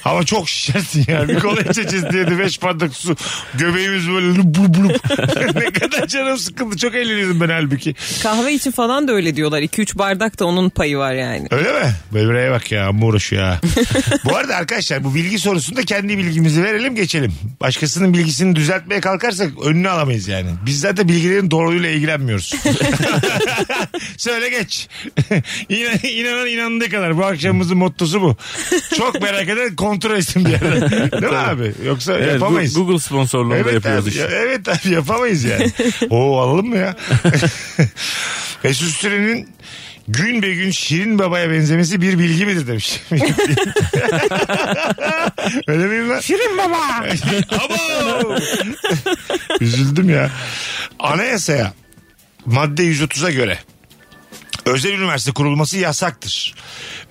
S1: Ama çok şişersin ya. Bir kola içeceğiz diye de 5 bardak su. Göbeğimiz böyle lup lup lup. [laughs] ne kadar canım sıkıldı. Çok eğleniyordum ben halbuki.
S2: Kahve için falan da öyle diyorlar. 2-3 bardak da onun payı var yani.
S1: Öyle mi? Böbreğe bak ya amma uğraşıyor ha. bu arada arkadaşlar bu bilgi sorusunda kendi bilgimizi verelim geçelim. Başkasının bilgisini düzeltmeye kalkarsak önünü alamayız yani. Biz zaten bilgilerin doğruluğuyla ilgilenmiyoruz. [laughs] Söyle geç. [laughs] İnan, inanan inandığı kadar. Bu akşamımızın mottosu bu. Çok merak eden kontrol etsin bir yerden. Değil mi abi? Yoksa
S3: Evet, Gu-
S1: yapamayız.
S3: Google sponsorluğunu da yapıyoruz
S1: abi,
S3: işte.
S1: ya- Evet abi yapamayız
S3: [laughs]
S1: yani. Oo alalım mı ya? [laughs] Mesut Süren'in gün be gün Şirin Baba'ya benzemesi bir bilgi midir demiş. [laughs] Öyle miyim lan? Şirin Baba. [laughs] Abo. Üzüldüm ya. Anayasaya madde 130'a göre özel üniversite kurulması yasaktır.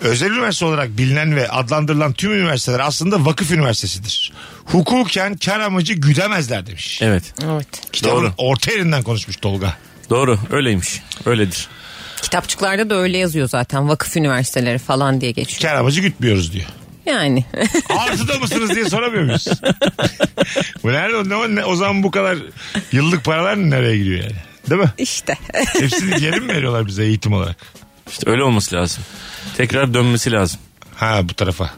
S1: Özel üniversite olarak bilinen ve adlandırılan tüm üniversiteler aslında vakıf üniversitesidir. Hukuken kar amacı güdemezler demiş.
S3: Evet.
S2: Evet.
S1: Kitabın
S3: doğru.
S1: orta yerinden konuşmuş Tolga.
S3: Doğru. Öyleymiş. Öyledir.
S2: Kitapçıklarda da öyle yazıyor zaten. Vakıf üniversiteleri falan diye geçiyor.
S1: Kar amacı gütmüyoruz [laughs] diyor.
S2: [laughs] Yani.
S1: Artıda mısınız diye soramıyor muyuz? bu nerede o, zaman- ne- o zaman bu kadar yıllık paralar nereye gidiyor yani? Değil mi?
S2: işte.
S1: Hepsini geri mi veriyorlar bize eğitim olarak?
S3: İşte öyle olması lazım. Tekrar dönmesi lazım.
S1: Ha bu tarafa.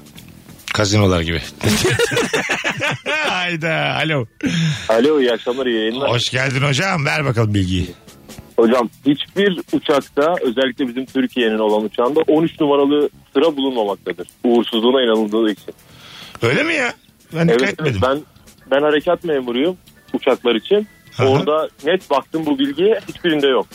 S1: Kazinolar gibi. [laughs] Hayda. Alo.
S7: Alo iyi akşamlar iyi yayınlar.
S1: Hoş geldin hocam. Ver bakalım bilgiyi.
S7: Hocam hiçbir uçakta özellikle bizim Türkiye'nin olan uçağında 13 numaralı sıra bulunmamaktadır. Uğursuzluğuna inanıldığı için.
S1: Öyle mi ya? Ben dikkat
S7: Evet
S1: etmedim.
S7: ben ben harekat memuruyum uçaklar için.
S1: Aha.
S7: Orada net baktım bu bilgiye hiçbirinde yok.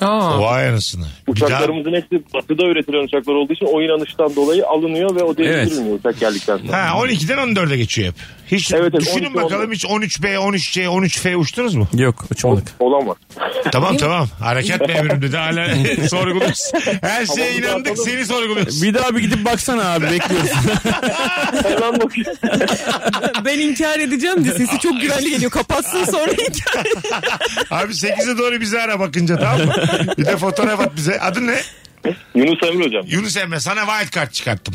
S2: Aa.
S1: Vay anasını. Bir daha-
S7: Uçaklarımızın hepsi batıda üretilen uçaklar olduğu için o inanıştan dolayı alınıyor ve o değiştirilmiyor uçak geldikten sonra.
S1: Ha 12'den 14'e geçiyor hep. Hiç
S7: Evet, evet,
S1: düşünün
S7: 12,
S1: bakalım
S7: 14.
S1: hiç 13B, 13C, 13F uçtunuz mu?
S3: Yok uçmadık.
S7: Olan var.
S1: tamam tamam. Harekat memuruyum dedi. Hala sorguluyoruz. Her şeye inandık seni sorguluyoruz.
S3: Bir daha bir gidip baksana abi bekliyoruz.
S7: Hemen bakıyorum.
S2: [laughs] ben inkar edeceğim de sesi çok güvenli geliyor. Kapatsın sonra inkar.
S1: Abi 8'e doğru bizi ara bakınca tamam mı? Bir de fotoğraf at bize. Adın ne?
S7: Yunus Emre hocam.
S1: Yunus Emre sana wild card çıkarttım.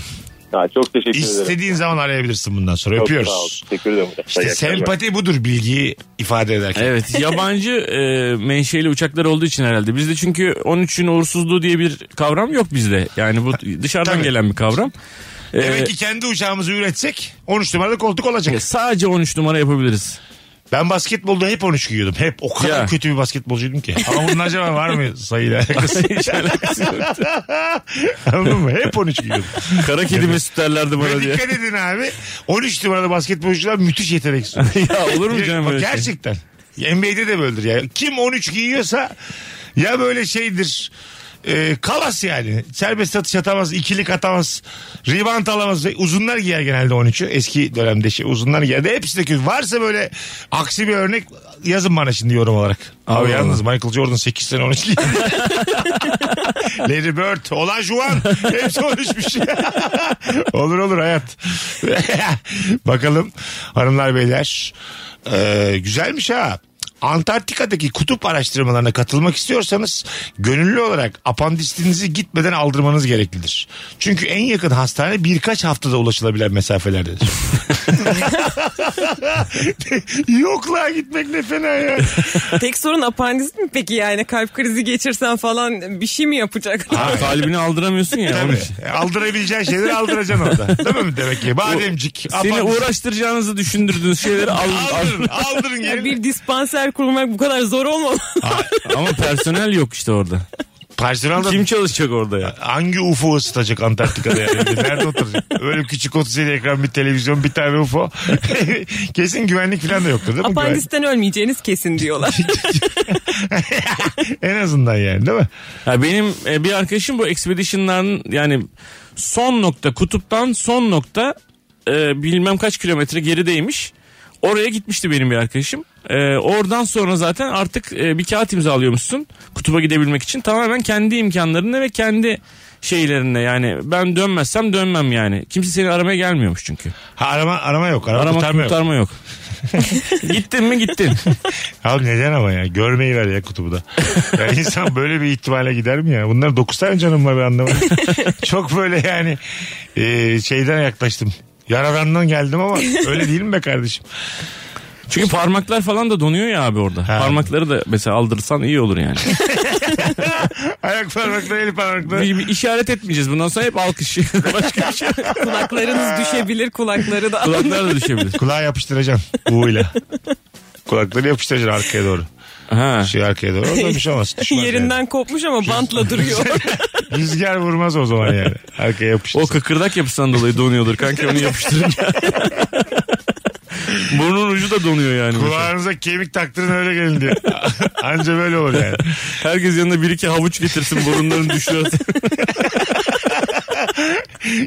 S7: Ha, çok teşekkür ederim.
S1: İstediğin zaman arayabilirsin bundan sonra.
S7: Çok sağ olun.
S1: Öpüyoruz.
S7: Teşekkür ederim.
S1: İşte
S7: İyi akşamlar.
S1: sempati budur bilgiyi ifade ederken.
S3: [laughs] evet yabancı e, menşeli uçaklar olduğu için herhalde. Bizde çünkü 13'ün uğursuzluğu diye bir kavram yok bizde. Yani bu dışarıdan
S1: Tabii.
S3: gelen bir kavram. E,
S1: Demek ki kendi uçağımızı üretsek 13 numaralı koltuk olacak.
S3: sadece 13 numara yapabiliriz.
S1: Ben basketbolda hep 13 giyiyordum. Hep o kadar
S3: Ya.
S1: kötü bir basketbolcuydum ki. Ama bunun acaba var mı sayıyla alakası? Anladın mı? Hep 13 giyiyordum.
S3: Kara kedi mesut derlerdi bana
S1: Ve
S3: diye.
S1: dikkat edin abi. 13 numaralı basketbolcular müthiş yetenek sunuyor.
S3: [laughs] ya olur mu canım öyle şey?
S1: Gerçekten. NBA'de de böyledir ya. Kim 13 giyiyorsa ya böyle şeydir. E, kalas yani. Serbest atış atamaz, ikilik atamaz, rebound alamaz. Ve Uzunlar giyer genelde 13'ü. Eski dönemde şey uzunlar giyerdi. Hepsi de kötü. Varsa böyle aksi bir örnek yazın bana şimdi yorum olarak. Abi
S3: Allah
S1: yalnız Michael Jordan 8 sene 13 giydi.
S3: [laughs]
S1: Larry Bird, Olan Juan hepsi 13'müş. [laughs] olur olur hayat. [laughs] Bakalım hanımlar beyler. Ee, güzelmiş ha. Antarktika'daki kutup araştırmalarına katılmak istiyorsanız gönüllü olarak apandisitinizi gitmeden aldırmanız gereklidir. Çünkü en yakın hastane birkaç haftada ulaşılabilen mesafelerdedir. Yokluğa gitmek ne fena ya.
S2: Tek sorun apandist mi peki yani? Kalp krizi geçirsen falan bir şey mi yapacak?
S3: Ha, kalbini aldıramıyorsun ya. onun
S1: Tabii.
S3: için.
S1: Aldırabileceğin şeyleri aldıracaksın orada. Değil mi demek ki? Bademcik.
S3: Seni
S1: apandis-
S3: uğraştıracağınızı düşündürdüğünüz şeyleri al, al-
S1: Aldırın, aldırın
S2: Ya
S1: gelin.
S2: bir dispanser kurmak bu kadar zor olmalı.
S3: Ama personel yok işte orada.
S1: Personel'da
S3: Kim çalışacak orada ya?
S1: hangi UFO ısıtacak Antarktika'da yani? Nerede oturacak? Öyle küçük 37 ekran bir televizyon bir tane UFO. [laughs] Kesin güvenlik falan da yoktur değil mi?
S2: Apandisten ölmeyeceğiniz kesin diyorlar.
S1: Güven- En azından yani değil mi?
S3: Ya benim e, bir arkadaşım bu expedition'ların yani son nokta kutuptan son nokta e, bilmem kaç kilometre gerideymiş. Oraya gitmişti benim bir arkadaşım. E, oradan sonra zaten artık e, bir kağıt imzalıyormuşsun kutuba gidebilmek için. Tamamen kendi imkanlarında ve kendi şeylerinde yani ben dönmezsem dönmem yani. Kimse seni aramaya gelmiyormuş çünkü.
S1: Ha, arama, arama yok. Arama,
S3: Arama
S1: kurtarma
S3: kurtarma,
S1: yok.
S3: yok.
S1: [laughs]
S3: Gittin mi gittin.
S1: Abi neden ama ya? Görmeyi ver ya kutubu da. Ya insan böyle bir ihtimale gider mi ya? Bunlar 9 tane canım var ben
S2: [laughs]
S1: anlamadım. Çok böyle yani e, şeyden yaklaştım. Yaradandan geldim ama öyle değil mi be kardeşim?
S3: Çünkü parmaklar falan da donuyor ya abi orada.
S1: Ha.
S3: Parmakları da mesela aldırsan iyi olur yani.
S1: Ayak parmakları, el parmakları.
S3: bir, bir işaret etmeyeceğiz. Bundan sonra hep alkış. [laughs] Başka bir şey.
S2: Kulaklarınız düşebilir kulakları da.
S3: Kulaklar da düşebilir.
S1: Kulağa yapıştıracaksın uğuyla. Kulakları yapıştıracaksın arkaya doğru.
S3: Ha.
S1: Şey arkaya doğru. Ondan bir şey olmaz. Düşmez
S2: [laughs] Yerinden kopmuş ama bantla duruyor.
S1: yani. Rüzgar vurmaz o zaman yani. Arkaya yapıştır.
S3: O kıkırdak yapısından dolayı donuyordur kanka onu yapıştırınca. [laughs] Burnun ucu da donuyor yani. mesela.
S1: Kulağınıza kemik taktırın öyle gelin diye. [laughs] Anca böyle olur yani.
S3: Herkes yanına bir iki havuç getirsin burunların düşüyor.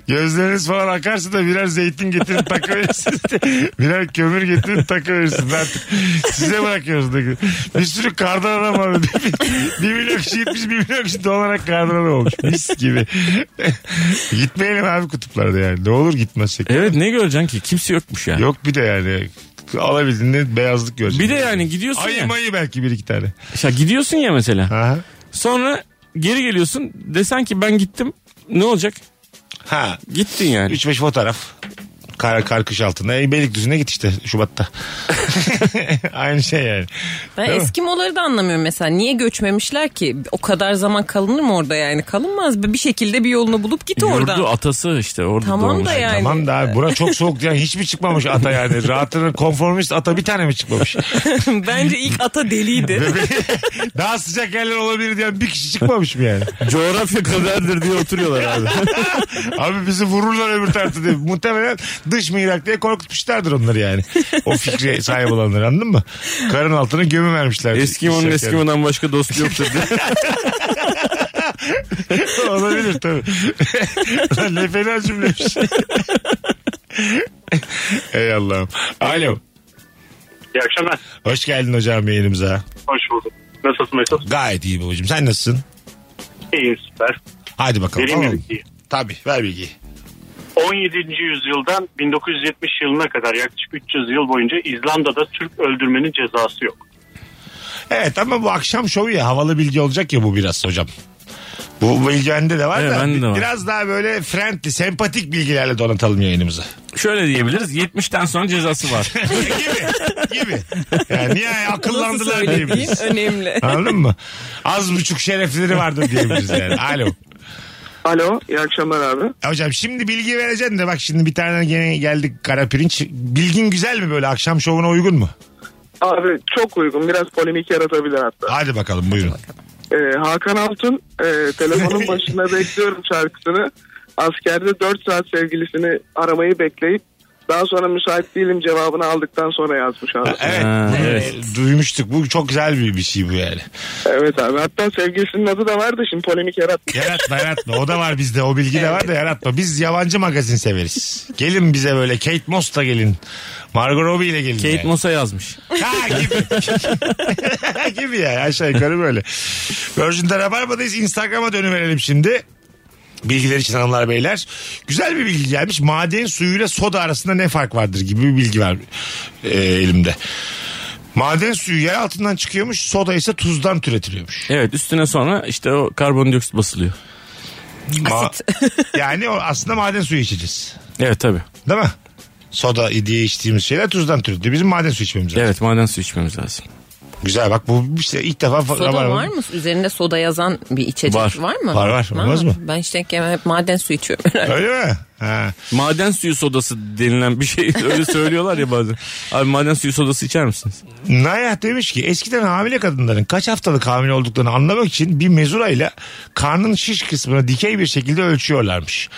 S1: Gözleriniz falan akarsa da birer zeytin getirin takıverirsiniz. [laughs] birer kömür getirin takıverirsiniz artık. Size bırakıyoruz. da. Bir sürü kardan adam var. Bir, bir milyon kişi gitmiş bir milyon kişi dolarak kardan adam olmuş. Mis gibi. [laughs] Gitmeyelim abi kutuplarda yani. Ne olur gitmezsek.
S3: [laughs] evet ne göreceksin ki? Kimse yokmuş yani.
S1: Yok bir de yani alabildiğinde beyazlık göreceğiz.
S3: Bir de yani gidiyorsun
S1: Ayı
S3: ya.
S1: mayı belki bir iki tane.
S3: Ya gidiyorsun ya mesela.
S1: Ha.
S3: Sonra geri geliyorsun. Desen ki ben gittim. Ne olacak?
S1: Ha.
S3: Gittin yani.
S1: 3-5 fotoğraf. Kar, karkış altında. E, Beylikdüzü'ne git işte [laughs] Şubat'ta. Aynı şey yani.
S2: Ben
S1: Değil mi?
S2: Eskimoları da anlamıyorum mesela. Niye göçmemişler ki? O kadar zaman kalınır mı orada yani? Kalınmaz. Bir şekilde bir yolunu bulup git
S3: Yurdu
S2: oradan.
S3: atası işte orada
S2: Tamam da
S3: doğmuş.
S2: yani.
S1: Tamam da abi bura çok soğuk yani hiç mi çıkmamış ata yani? Rahatını konformist ata bir tane mi [laughs] çıkmamış?
S2: [laughs] Bence ilk
S1: [laughs]
S2: ata deliydi.
S1: Daha sıcak yerler olabilir diyen bir kişi çıkmamış mı yani?
S3: Coğrafya kaderdir diye
S2: [laughs]
S3: oturuyorlar abi.
S1: Abi bizi vururlar öbür tarafta diye. Muhtemelen dış mihrak diye korkutmuşlardır onları yani. O fikre sahip olanları anladın mı? Karın altına gömü vermişler.
S3: Eskimo'nun
S1: Şeker.
S3: Eskimo'dan başka dostu yoktur diye.
S1: Olabilir tabii. [laughs] Lan ne fena cümlemiş. [laughs] Ey Allah'ım. Alo.
S7: İyi akşamlar.
S1: Hoş geldin hocam yayınımıza.
S7: Hoş bulduk. Nasılsın Mesut?
S1: Gayet iyi babacığım. Sen nasılsın?
S7: İyiyim süper.
S1: Hadi bakalım.
S7: Vereyim mi
S1: tamam mı?
S7: bilgiyi?
S1: Tabii ver bilgiyi.
S7: 17. yüzyıldan 1970 yılına kadar yaklaşık 300 yıl boyunca İzlanda'da Türk öldürmenin cezası yok.
S1: Evet ama bu akşam şovu ya havalı bilgi olacak ya bu biraz hocam. Bu bilgi bende de var
S3: Evet,
S1: da
S3: bende de var.
S1: biraz daha böyle friendly, sempatik bilgilerle donatalım yayınımızı.
S3: [laughs]
S1: [laughs]
S3: Şöyle diyebiliriz 70'ten sonra cezası [laughs] var.
S1: gibi, gibi. Yani niye
S2: Nasıl
S1: akıllandılar
S2: söylediğin
S1: diyebiliriz.
S2: önemli.
S1: Anladın mı? Az buçuk şerefleri vardır diyebiliriz yani. Alo.
S8: Alo iyi akşamlar abi.
S1: Hocam şimdi bilgi vereceksin de bak şimdi bir tane gene geldik kara pirinç. Bilgin güzel mi böyle akşam şovuna uygun mu?
S8: Abi çok uygun biraz polemik yaratabilir hatta.
S1: Hadi bakalım buyurun.
S8: Ee, Hakan Altun e, telefonun başına bekliyorum şarkısını. Askerde 4 saat sevgilisini aramayı bekleyip daha sonra müsait değilim cevabını aldıktan sonra yazmış abi.
S1: Evet.
S3: Ha, evet.
S1: e, duymuştuk. Bu çok güzel bir, bir şey bu yani.
S8: Evet abi hatta sevgilisinin adı da vardı şimdi polemik yarat.
S1: Yaratma yaratma. O da var bizde. O bilgi de var da yaratma. Biz yabancı magazin severiz. Gelin bize böyle Kate Moss da gelin. Margot Robbie ile gelin.
S3: Kate
S1: yani.
S3: Moss'a yazmış.
S1: Ha gibi. [laughs] gibi yani aşağı yukarı böyle. Virgin'de Rabarba'dayız. Instagram'a dönüverelim şimdi. Bilgiler için hanımlar beyler. Güzel bir bilgi gelmiş. Maden suyuyla soda arasında ne fark vardır gibi bir bilgi var e, elimde. Maden suyu yer altından çıkıyormuş. Soda ise tuzdan türetiliyormuş.
S3: Evet üstüne sonra işte o karbondioksit basılıyor.
S1: Ma- yani o aslında maden suyu içeceğiz.
S3: Evet tabii.
S1: Değil mi? Soda diye içtiğimiz şeyler tuzdan türetiliyor. Bizim maden suyu içmemiz lazım.
S3: Evet maden suyu içmemiz lazım.
S1: Güzel bak bu işte ilk defa
S2: Soda
S1: Rabarba'da-
S2: var mı? Üzerinde soda yazan bir içecek
S3: Var.
S2: var, mı?
S1: Var, var.
S2: Ha,
S1: Olmaz mı?
S2: Ben işte hep maden suyu içiyorum [laughs] herhalde.
S1: Öyle mi? Ha.
S3: Maden suyu sodası denilen bir şey [laughs] öyle söylüyorlar ya bazen. Abi maden suyu sodası içer misiniz?
S1: Nayah demiş ki eskiden hamile kadınların kaç haftalık hamile olduklarını anlamak için bir mezura ile karnın şiş kısmını dikey bir şekilde ölçüyorlarmış.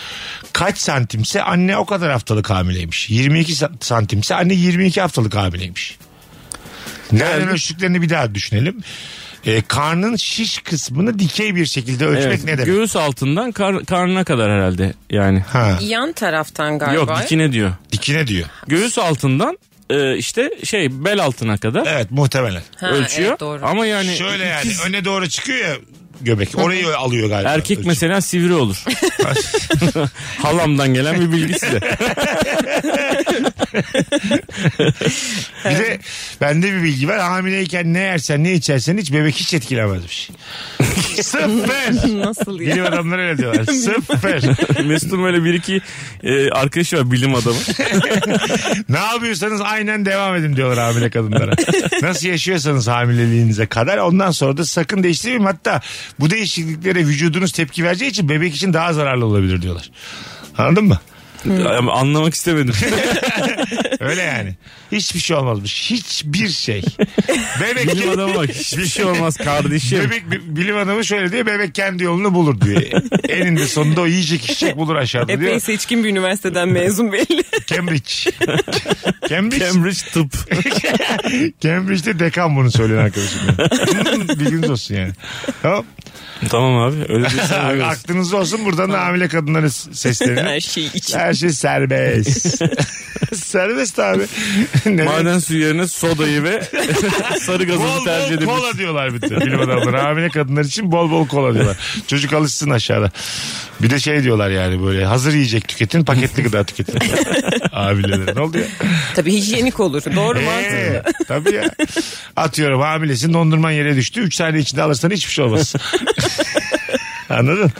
S1: Kaç santimse anne o kadar haftalık hamileymiş. 22 sa- santimse anne 22 haftalık hamileymiş. Nereden
S3: Yani-
S1: ölçtüklerini bir daha düşünelim. Ee, karnın şiş kısmını dikey bir şekilde ölçmek
S3: Evet.
S1: ne demek?
S3: Göğüs altından kar- karnına kadar herhalde yani.
S1: ha,
S2: Yan taraftan galiba.
S3: Yok dikine diyor.
S1: dikine diyor.
S3: Göğüs altından e, işte şey bel altına kadar
S1: Evet muhtemelen.
S2: Ha,
S3: ölçüyor.
S2: evet, doğru.
S3: Ama yani
S1: Şöyle yani
S3: E, ikiz-
S1: öne doğru çıkıyor ya göbek. Orayı alıyor galiba.
S3: Erkek
S1: Ölçü.
S3: mesela sivri olur. Halamdan gelen bir bilgisi de.
S1: Bir de bende bir bilgi var. Hamileyken ne yersen ne içersen hiç bebek hiç etkilemezmiş. Sıfır.
S2: Nasıl ya?
S1: Bilim adamları öyle diyorlar. Sıfır.
S3: Mesut'un böyle bir iki e, arkadaşı var bilim adamı.
S1: Ne yapıyorsanız aynen devam edin diyorlar hamile kadınlara. Nasıl yaşıyorsanız hamileliğinize kadar ondan sonra da sakın değiştirmeyin. Hatta bu değişikliklere vücudunuz tepki vereceği için bebek için daha zararlı olabilir diyorlar. Anladın mı?
S3: Ama Anlamak istemedim.
S1: Öyle yani. Hiçbir şey olmazmış. Hiçbir
S3: [laughs]
S1: şey. Bebek
S3: bilim
S1: [laughs]
S3: adamı bak hiçbir şey olmaz kardeşim.
S1: Bebek bi- bilim adamı şöyle diyor bebek kendi yolunu bulur
S3: [laughs]
S1: diyor. Eninde sonunda o yiyecek içecek bulur aşağıda
S2: Epey
S1: diyor.
S2: seçkin bir üniversiteden mezun belli.
S1: Cambridge.
S3: [laughs]
S1: Cambridge.
S3: Cambridge tıp.
S1: [laughs] Cambridge'de dekan bunu söyleyen arkadaşım. benim. Bilginiz olsun yani. [laughs] Tamam.
S3: tamam abi öyle bir şey olmaz.
S1: Aklınızda olsun buradan da hamile kadınların s- seslerini.
S2: Her şey için.
S1: Her şey serbest.
S3: [laughs]
S1: [laughs] serbest abi. [laughs] Ne-
S3: Maden suyu yerine sodayı ve [laughs] sarı gazını
S1: Bol
S3: tercih
S1: bol
S3: edebilirsin.
S1: kola diyorlar bir de bilim adamları. Hamile kadınlar için bol bol kola diyorlar. Çocuk alışsın aşağıda. Bir de şey diyorlar yani böyle hazır yiyecek tüketin paketli gıda
S3: [laughs]
S1: tüketin. Hamilelere ne oldu ya?
S2: [laughs] Tabii hijyenik olur. Doğru mantık.
S1: Ee, tabii ya. Atıyorum hamilesin dondurman yere düştü. 3 saniye içinde alırsan hiçbir şey
S3: [laughs]
S1: olmaz. Anladın?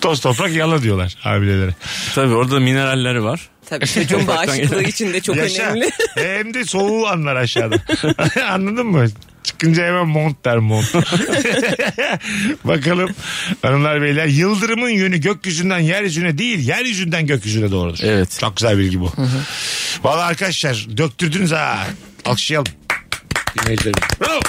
S1: Toz toprak yala diyorlar hamilelere.
S3: Tabii orada mineraller var.
S2: [laughs] Tabii çocuğun bağışıklığı için de çok önemli.
S1: [laughs] Hem de soğuğu anlar aşağıda. [laughs] Anladın mı? Çıkınca hemen mont der mont. [laughs] Bakalım hanımlar beyler yıldırımın yönü gökyüzünden yeryüzüne değil yeryüzünden gökyüzüne doğrudur.
S3: Evet.
S1: Çok güzel bilgi bu. Valla arkadaşlar döktürdünüz ha. Alkışlayalım. Dinleyicilerim. Bravo.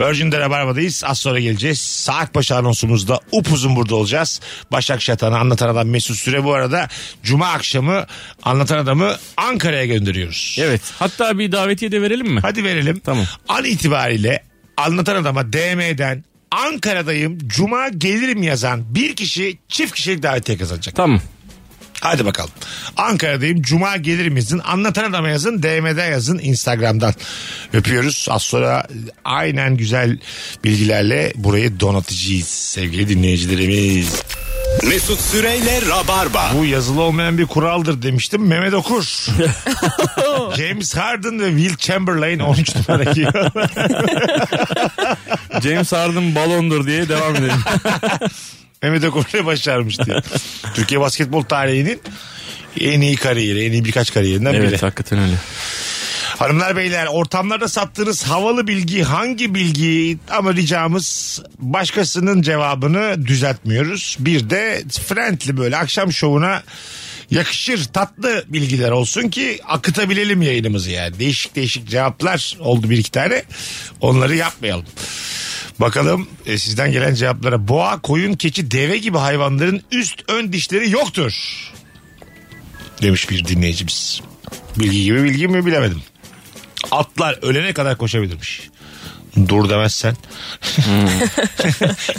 S1: Virgin'de Rabarba'dayız. Az sonra geleceğiz. Saat başı anonsumuzda upuzun burada olacağız. Başak Şatan'ı anlatan adam Mesut Süre bu arada Cuma akşamı anlatan adamı Ankara'ya gönderiyoruz.
S3: Evet. Hatta bir davetiye de verelim mi?
S1: Hadi verelim.
S3: Tamam.
S1: An itibariyle anlatan adama DM'den Ankara'dayım Cuma gelirim yazan bir kişi çift kişilik davetiye kazanacak.
S3: Tamam.
S1: Hadi bakalım. Ankara'dayım. Cuma gelir misin? Anlatan adama yazın. DM'de yazın. Instagram'dan. Öpüyoruz. Az sonra e, aynen güzel bilgilerle burayı donatacağız sevgili dinleyicilerimiz.
S6: Mesut Süreyle Rabarba.
S1: Bu yazılı olmayan bir kuraldır demiştim. Mehmet Okur. James Harden ve Will Chamberlain 13 numara giyiyor. [laughs]
S3: James Harden balondur diye devam edelim.
S1: Mehmet Okur ne başarmış diye. Türkiye basketbol tarihinin en iyi kariyeri, en iyi birkaç kariyerinden biri.
S3: evet hakikaten öyle.
S1: Hanımlar beyler ortamlarda sattığınız havalı bilgi hangi bilgi ama ricamız başkasının cevabını düzeltmiyoruz. Bir de friendly böyle akşam şovuna yakışır tatlı bilgiler olsun ki akıtabilelim yayınımızı yani. Değişik değişik cevaplar oldu bir iki tane onları yapmayalım. Bakalım e, sizden gelen cevaplara boğa, koyun, keçi, deve gibi hayvanların üst ön dişleri yoktur demiş bir dinleyicimiz. Bilgi gibi bilgi mi bilemedim. Atlar ölene kadar koşabilirmiş. Dur demezsen. [laughs]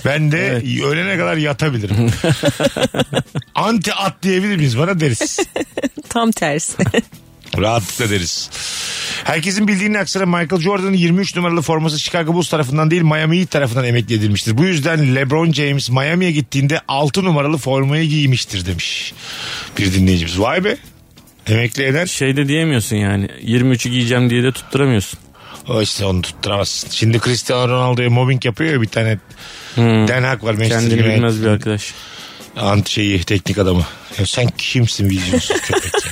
S1: ben de ölene kadar yatabilirim. Anti at diyebilir miyiz bana deriz.
S2: [laughs]
S1: [laughs]
S2: Tam tersi.
S1: Rahatlıkla deriz. Herkesin bildiğinin aksine Michael Jordan'ın 23 numaralı forması Chicago Bulls tarafından değil Miami Heat tarafından emekli edilmiştir. Bu yüzden LeBron James Miami'ye gittiğinde 6 numaralı formayı giymiştir demiş. Bir dinleyicimiz. Vay be. Emekli eden
S3: Şey de diyemiyorsun yani. 23'ü giyeceğim diye de tutturamıyorsun.
S1: O işte onu tutturamazsın. Şimdi Cristiano Ronaldo'ya mobbing yapıyor ya bir tane Den Hag var Manchester
S3: Hmm. Kendini
S1: United
S3: bilmez bir arkadaş.
S1: ant şeyi teknik adamı. Ya sen kimsin vizyonsuz köpek
S3: [laughs]
S1: yani.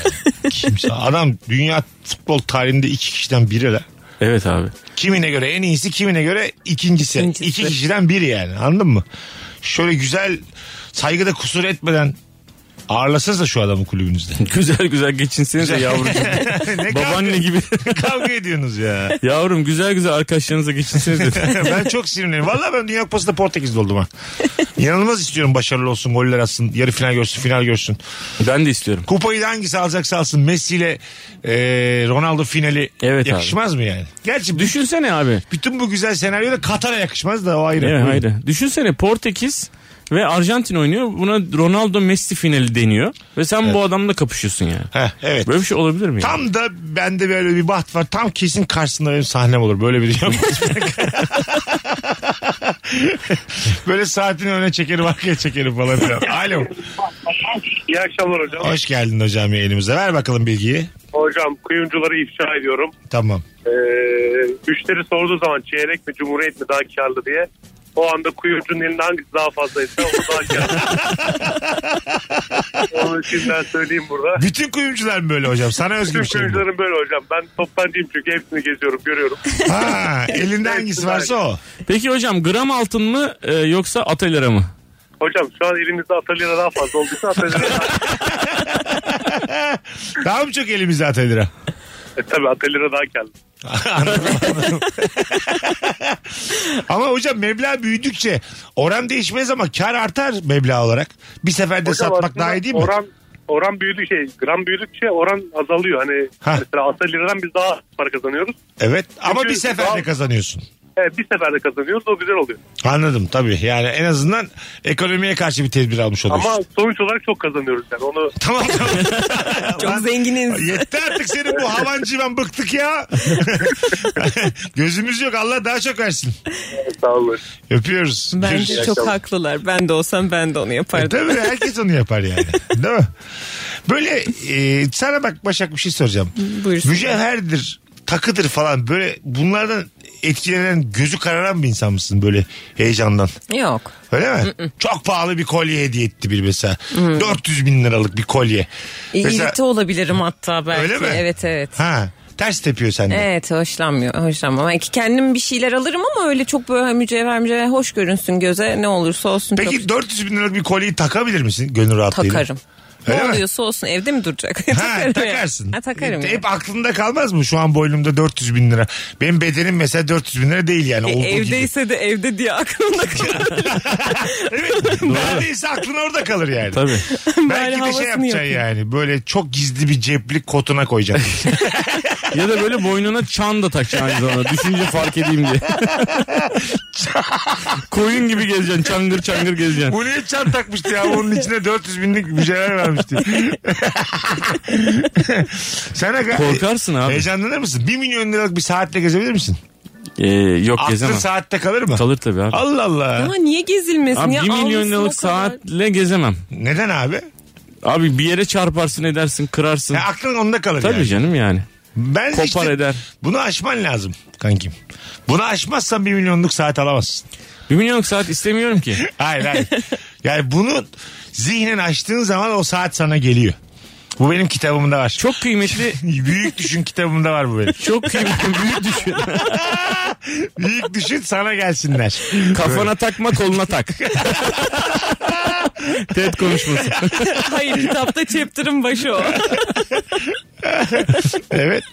S1: Kimsin? Adam dünya futbol tarihinde iki kişiden biri la.
S3: Evet abi.
S1: Kimine göre en iyisi kimine göre ikincisi.
S2: İkincisi.
S1: İki kişiden biri yani anladın mı? Şöyle güzel saygıda kusur etmeden ağırlasanız da şu adamı
S3: [laughs]
S1: kulübünüzde.
S3: Güzel güzel geçinsiniz de yavrucuğum. [laughs]
S1: ne
S3: Babaanne gibi.
S1: kavga, kavga ediyorsunuz ya.
S3: Yavrum güzel güzel arkadaşlarınıza geçinsiniz dedi.
S1: [laughs] ben çok sinirliyim. Valla ben Dünya Kupası'nda Portekiz'de oldum ha. İnanılmaz istiyorum başarılı olsun, goller atsın, yarı final görsün, final görsün.
S3: [laughs] ben de istiyorum.
S1: Kupayı da hangisi alacaksa alsın. Messi ile e, Ronaldo finali
S3: Evet abi.
S1: yakışmaz mı yani? Gerçi düş
S3: Düşünsene abi.
S1: bütün bu güzel senaryoda Katar'a yakışmaz da o ayrı.
S3: Evet, hayır. Düşünsene Portekiz ve Arjantin oynuyor. Buna Ronaldo Messi finali deniyor. Ve sen bu adamla kapışıyorsun yani.
S1: Heh, evet.
S3: Böyle bir şey olabilir mi? ya?
S1: Tam da bende böyle bir baht var. Tam kesin karşısında benim sahnem olur. Böyle bir şey yapmaz. [laughs] Böyle saatini öne çekerim arkaya çekerim falan filan. Alo.
S7: İyi akşamlar hocam.
S1: Hoş geldin hocam yayınımıza. Ver bakalım bilgiyi.
S7: Hocam kuyumcuları ifşa ediyorum.
S1: Tamam.
S7: Ee, müşteri sorduğu zaman çeyrek mi cumhuriyet mi daha karlı diye. O anda kuyumcunun elinde hangisi daha fazlaysa o
S1: [laughs]
S7: daha karlı. Onun için ben söyleyeyim burada.
S1: Bütün kuyumcular mı böyle hocam? Sana özgü
S7: Tüm
S1: bir şey mi?
S7: kuyumcuların böyle hocam. Ben toptancıyım çünkü hepsini geziyorum görüyorum.
S1: Ha, elinde hangisi varsa o.
S3: Peki hocam gram altın mı e, yoksa atölyere mı?
S7: Hocam şu an elimizde atölyede daha fazla olduysa atölyede daha
S1: [laughs] Daha mı çok elimizde at lira?
S7: E, tabii atölyede daha karlı.
S1: Anladım, anladım. ama hocam meblağ büyüdükçe oran değişmez ama kar artar meblağ olarak. Bir seferde
S7: Hocam
S1: satmak
S7: aslında
S1: daha iyi değil mi?
S7: Oran oran büyüdü şey gram büyüdükçe oran azalıyor. Hani
S1: Ha.
S7: mesela asıl liradan biz daha para kazanıyoruz.
S1: Evet ama bir seferde
S7: daha-
S1: kazanıyorsun.
S7: Evet, bir seferde kazanıyoruz o güzel oluyor.
S1: Anladım tabii. Yani en azından ekonomiye karşı bir tedbir almış oluyorsun.
S7: Ama sonuç olarak çok kazanıyoruz yani onu.
S1: Tamam tamam.
S7: [laughs]
S2: Çok zenginiz.
S1: Yetti artık senin bu havan civan bıktık
S7: [laughs]
S1: ya. [laughs] Gözümüz yok Allah daha çok versin.
S7: Sağ olun.
S1: Öpüyoruz.
S2: Bence
S1: Görüşürüz.
S2: çok haklılar. Ben de olsam ben de onu
S1: E,
S2: yapardım.
S1: tabii herkes onu yapar
S2: [laughs]
S1: yani. Değil mi? Böyle e, sana bak Başak bir şey soracağım.
S2: Buyursun.
S1: Mücevherdir, takıdır falan böyle bunlardan etkilenen gözü kararan bir insan mısın böyle heyecandan?
S2: Yok.
S1: Öyle mi? Çok pahalı bir kolye hediye etti bir mesela.
S2: Mm.
S1: 400 bin liralık bir kolye. mesela
S2: İyilti olabilirim hatta belki.
S1: Öyle mi?
S2: Evet evet.
S1: ha, ters tepiyor sende.
S2: Evet hoşlanmıyor. Hoşlanmam. Belki kendim bir şeyler alırım ama öyle çok böyle mücevher mücevher hoş görünsün göze ne olursa olsun
S1: Peki
S2: çok
S1: 400 bin liralık bir kolyeyi takabilir misin gönül rahatlığıyla?
S2: takarım.
S1: Öyle
S2: ne
S1: mi?
S2: oluyorsa olsun evde mi duracak? [laughs]
S1: Ha,
S2: Takarım ya.
S1: takarsın. E,
S2: Ha, takarım.
S1: Hep
S2: ya.
S1: aklında kalmaz mı? Şu an boynumda 400 bin lira. Benim bedenim mesela 400 bin lira değil yani.
S2: E,
S1: olduğu gibi.
S2: evdeyse de evde diye aklımda kalır.
S1: [laughs] Evet. Neredeyse aklın orada kalır yani.
S3: Tabii.
S1: Belki de
S2: havasını
S1: şey yapacaksın
S2: yapayım.
S1: yani. Böyle çok gizli bir ceplik kotuna
S3: [laughs]
S1: koyacaksın.
S3: ya da böyle boynuna çan da takacaksın aynı zamanda. Düşünce fark edeyim [laughs] diye. Koyun gibi gezeceksin. Çangır çangır gezeceksin.
S1: Bu niye çan takmıştı ya? Onun içine 400 binlik mücevher vermişti. [laughs] Sen aga,
S3: Korkarsın abi.
S1: Heyecanlanır mısın? 1 milyon liralık bir saatle gezebilir misin?
S3: Ee, yok
S1: Aklın
S3: gezemem.
S1: saatte kalır mı?
S3: Kalır tabii abi.
S1: Allah Allah.
S2: Ama niye gezilmesin?
S3: Abi
S2: ya,
S3: 1 milyon
S2: almışsın o
S3: liralık
S2: kadar.
S3: saatle gezemem.
S1: Neden abi?
S3: Abi bir yere çarparsın edersin kırarsın.
S1: Ya aklın onda kalır
S3: Tabii
S1: yani.
S3: canım yani.
S1: Ben
S3: Kopar
S1: işte
S3: eder.
S1: Bunu aşman lazım kankim. Bunu aşmazsan 1 milyonluk saat alamazsın.
S3: Bir milyonluk saat istemiyorum ki.
S1: Hayır
S3: [laughs]
S1: hayır. yani bunu zihnen açtığın zaman o saat sana geliyor. Bu benim kitabımda var.
S3: Çok
S1: [laughs]
S3: kıymetli
S1: Büyük düşün kitabımda var bu benim.
S3: çok kıymetli büyük düşün.
S1: Büyük düşün sana gelsinler.
S3: Kafana takma
S1: [laughs]
S3: koluna tak. TED konuşması.
S2: Hayır kitapta chapter'ın başı o.
S1: Evet.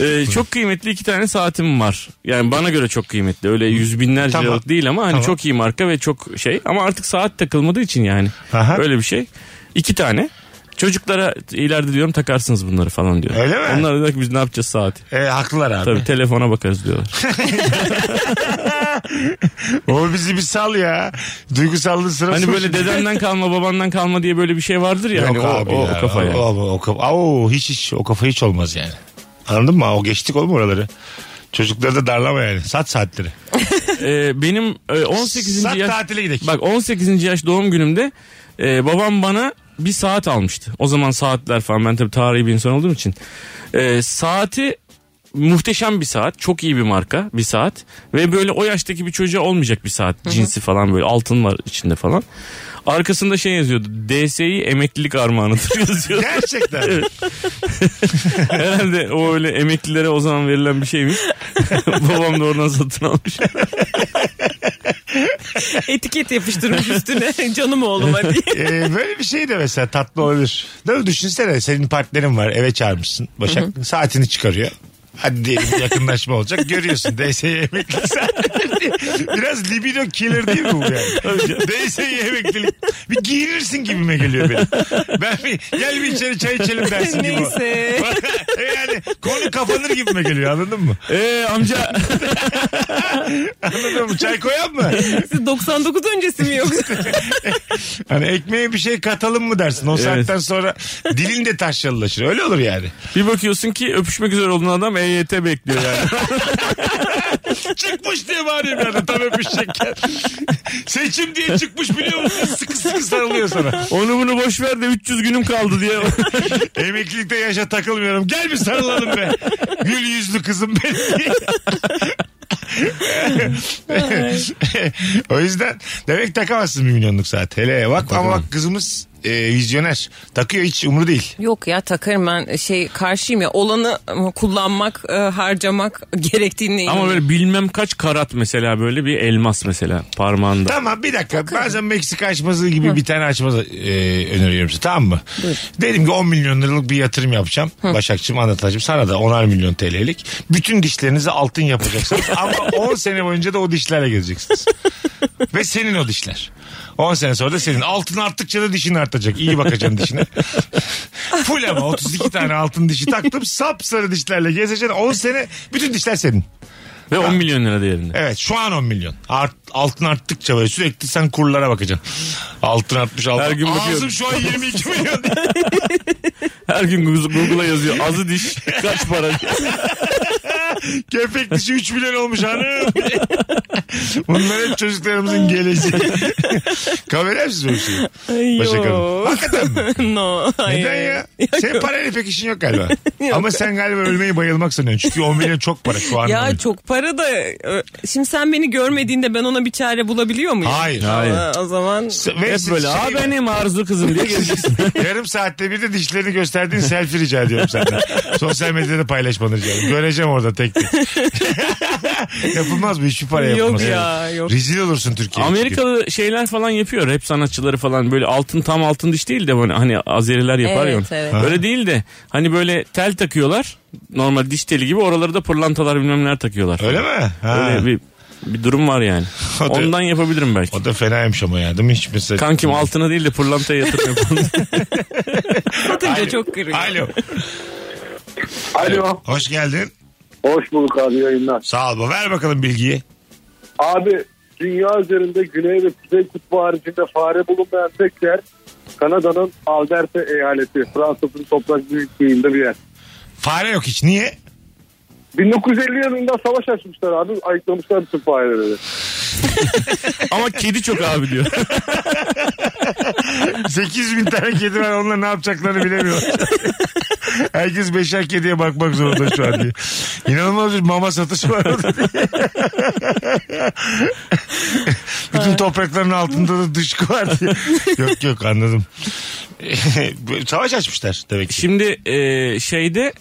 S3: Ee, çok kıymetli iki tane saatim var. Yani bana göre çok kıymetli. Öyle yüz binlerce
S1: Tamam.
S3: liralık değil ama hani
S1: Tamam.
S3: çok iyi marka ve çok şey. Ama artık saat takılmadığı için yani.
S1: Aha.
S3: Öyle bir şey. İki tane. Çocuklara ileride diyorum takarsınız bunları falan diyor.
S1: Öyle mi?
S3: Onlar da diyor ki biz ne yapacağız saati?
S1: E, haklılar abi.
S3: Tabii telefona bakarız diyorlar.
S1: O bizi bir sal ya. Duygusallığı sırası.
S3: [laughs] Hani böyle dedenden kalma babandan kalma diye böyle bir şey vardır ya. hani
S1: Yok
S3: o,
S1: abi
S3: o,
S1: ya.
S3: o kafa yani.
S1: O, o, o kafa. Au, hiç hiç o kafa hiç olmaz yani. Anladın mı? O geçtik oğlum oraları. Çocukları da darlama yani. Sat saatleri.
S3: Ee, benim e, 18.
S1: Sat
S3: yaş
S1: tatile gidelim.
S3: bak 18. yaş doğum günümde e, babam bana bir saat almıştı. O zaman saatler falan ben tabii tarihi bir insan olduğum için. E, saati muhteşem bir saat. Çok iyi bir marka bir saat. Ve böyle o yaştaki bir çocuğa olmayacak bir saat. Cinsi falan böyle altın var içinde falan. Arkasında şey yazıyordu. DSI emeklilik armağanıdır [laughs] yazıyordu.
S1: Gerçekten.
S3: Herhalde o öyle emeklilere o zaman verilen bir [laughs] şeymiş. Babam da oradan satın almış.
S2: Etiket yapıştırmış üstüne [laughs] canım oğluma diye.
S1: Ee, böyle bir şey de mesela tatlı olabilir. Değil mi? Düşünsene senin partnerin var eve çağırmışsın. Başak saatini çıkarıyor. Hadi diyelim bir yakınlaşma olacak. Görüyorsun DS'ye emeklilik saatleri diye. Biraz libido killer değil mi bu yani? DS'ye emeklilik. Bir giyinirsin gibime geliyor benim. Ben bir gel bir içeri çay içelim dersin gibi. o.
S2: Neyse.
S1: [laughs] yani konu kapanır gibime geliyor anladın mı?
S3: Eee Ee, amca
S1: Anladın mı? Çay koyan mı?
S2: Siz 99 öncesi mi yoksa?
S1: Hani ekmeğe bir şey katalım mı dersin? O
S3: Evet.
S1: saatten sonra dilin de taşyalılaşır. Öyle olur yani.
S3: E [laughs] Bir bakıyorsun ki öpüşmek üzere olduğun adam EYT bekliyor yani.
S1: çıkmış diye bağırıyor bir anda tam öpüşecekken. Seçim diye çıkmış biliyor musun? Sıkı sıkı sarılıyor sana.
S3: Onu bunu boş ver de 300 günüm kaldı diye.
S1: Emeklilikte yaşa takılmıyorum. Gel bir sarılalım be. Gül yüzlü kızım benim diye. o yüzden demek takamazsın bir milyonluk saat. Hele bak ama bak kızımız e, vizyoner. Takıyor hiç umru değil.
S2: [laughs] Yok ya takarım ben şey karşıyım ya olanı e, kullanmak e, harcamak gerektiğine
S3: [laughs] Ama
S2: Ama
S3: böyle bilmem kaç karat mesela böyle bir elmas mesela parmağında.
S1: Tamam bir dakika. Bazen Meksika açması gibi bir tane açmaz e, öneriyorum size. Tamam mı? Dedim ki 10 milyon liralık bir yatırım yapacağım. Başakçım, Anlatacağım. Sana da 10'ar milyon TL'lik. Bütün dişlerinizi altın yapacaksınız. Ama 10 sene boyunca da o dişlerle gezeceksiniz. Ve senin o dişler. 10 sene sonra da senin. Altın arttıkça da dişin artacak. İyi bakacaksın dişine. Full ama 32 tane altın dişi taktım. Sapsarı dişlerle gezeceksin. 10 sene bütün dişler senin.
S3: Ve 10 milyon lira değerinde.
S1: Evet şu an 10 milyon. Art, altın arttıkça böyle sürekli sen kurlara bakacaksın. Altın artmış altın.
S3: Her gün bakıyorum.
S1: Ağzım şu an 22 milyon. [laughs] diye.
S3: Her gün Google'a yazıyor azı diş kaç para diye.
S1: Kepek dişi 3 milyon olmuş hanım. [laughs] Bunlar hep çocuklarımızın geleceği. [laughs] Kamera mısınız böyle şey? Hoşçakalın. Hakikaten mi?
S2: [laughs] no. hayır.
S1: Neden
S3: [laughs]
S1: ya? Senin parayla pek işin yok galiba. Ama sen galiba ölmeyi bayılmak sanıyorsun. Çünkü 10 milyon çok para şu an.
S2: Ya çok para da e, şimdi sen beni görmediğinde ben ona bir çare bulabiliyor muyum?
S1: Hayır.
S3: Hayır.
S2: Ha, O zaman
S1: Ve
S3: Hep böyle
S1: şey-
S3: aa benim arzu kızım diye geleceksin.
S1: [laughs] Yarım saatte bir de dişlerini gösterdiğin selfie rica ediyorum senden. Sosyal medyada paylaşmanı rica ediyorum. Göreceğim orada tek tek. [laughs] yapılmaz bu hiçbir para
S2: Yok
S1: yapılmaz.
S2: ya, yok.
S1: Rezil olursun Türkiye'ye.
S3: Amerikalı şeyler falan yapıyor. Rap sanatçıları falan böyle altın tam altın diş değil de böyle hani Azeriler yapar ya.
S2: Evet, evet.
S3: Öyle değil de hani böyle tel takıyorlar. Normal diş teli gibi oraları da pırlantalar bilmem neler takıyorlar.
S1: Öyle mi? Ha.
S3: Öyle bir, bir durum
S1: [laughs]
S3: var yani.
S1: O da-
S3: Ondan yapabilirim belki.
S1: O da fenaymış ama ya değil mi? Hiç mesela...
S3: Kankim altına değil de pırlantaya yatırım
S1: [laughs]
S3: yapalım.
S2: satınca
S1: Alo.
S2: çok kırıyor.
S1: Alo.
S8: Alo.
S1: Hoş geldin.
S8: Hoş bulduk abi yayınlar.
S1: Sağ ol. Ver bakalım bilgiyi.
S8: Abi dünya üzerinde güney ve kuzey kutbu haricinde fare bulunmayan tek yer Kanada'nın Alberta eyaleti. Fransa'nın toprak büyüklüğünde bir yer.
S1: Fare yok hiç. Niye?
S8: 1950 yılında savaş açmışlar abi. Ayıklamışlar bütün fareleri.
S3: Ama kedi çok
S1: [laughs]
S3: abi diyor.
S1: 8 bin tane kedi var onlar ne yapacaklarını [laughs] bilemiyor. Herkes beşer kediye bakmak zorunda şu an diye. İnanılmaz bir mama satışı var [laughs] orada diye. Bütün toprakların altında da dışkı var diye. Yok yok anladım. [laughs] Savaş açmışlar demek ki.
S3: Şimdi e, şeyde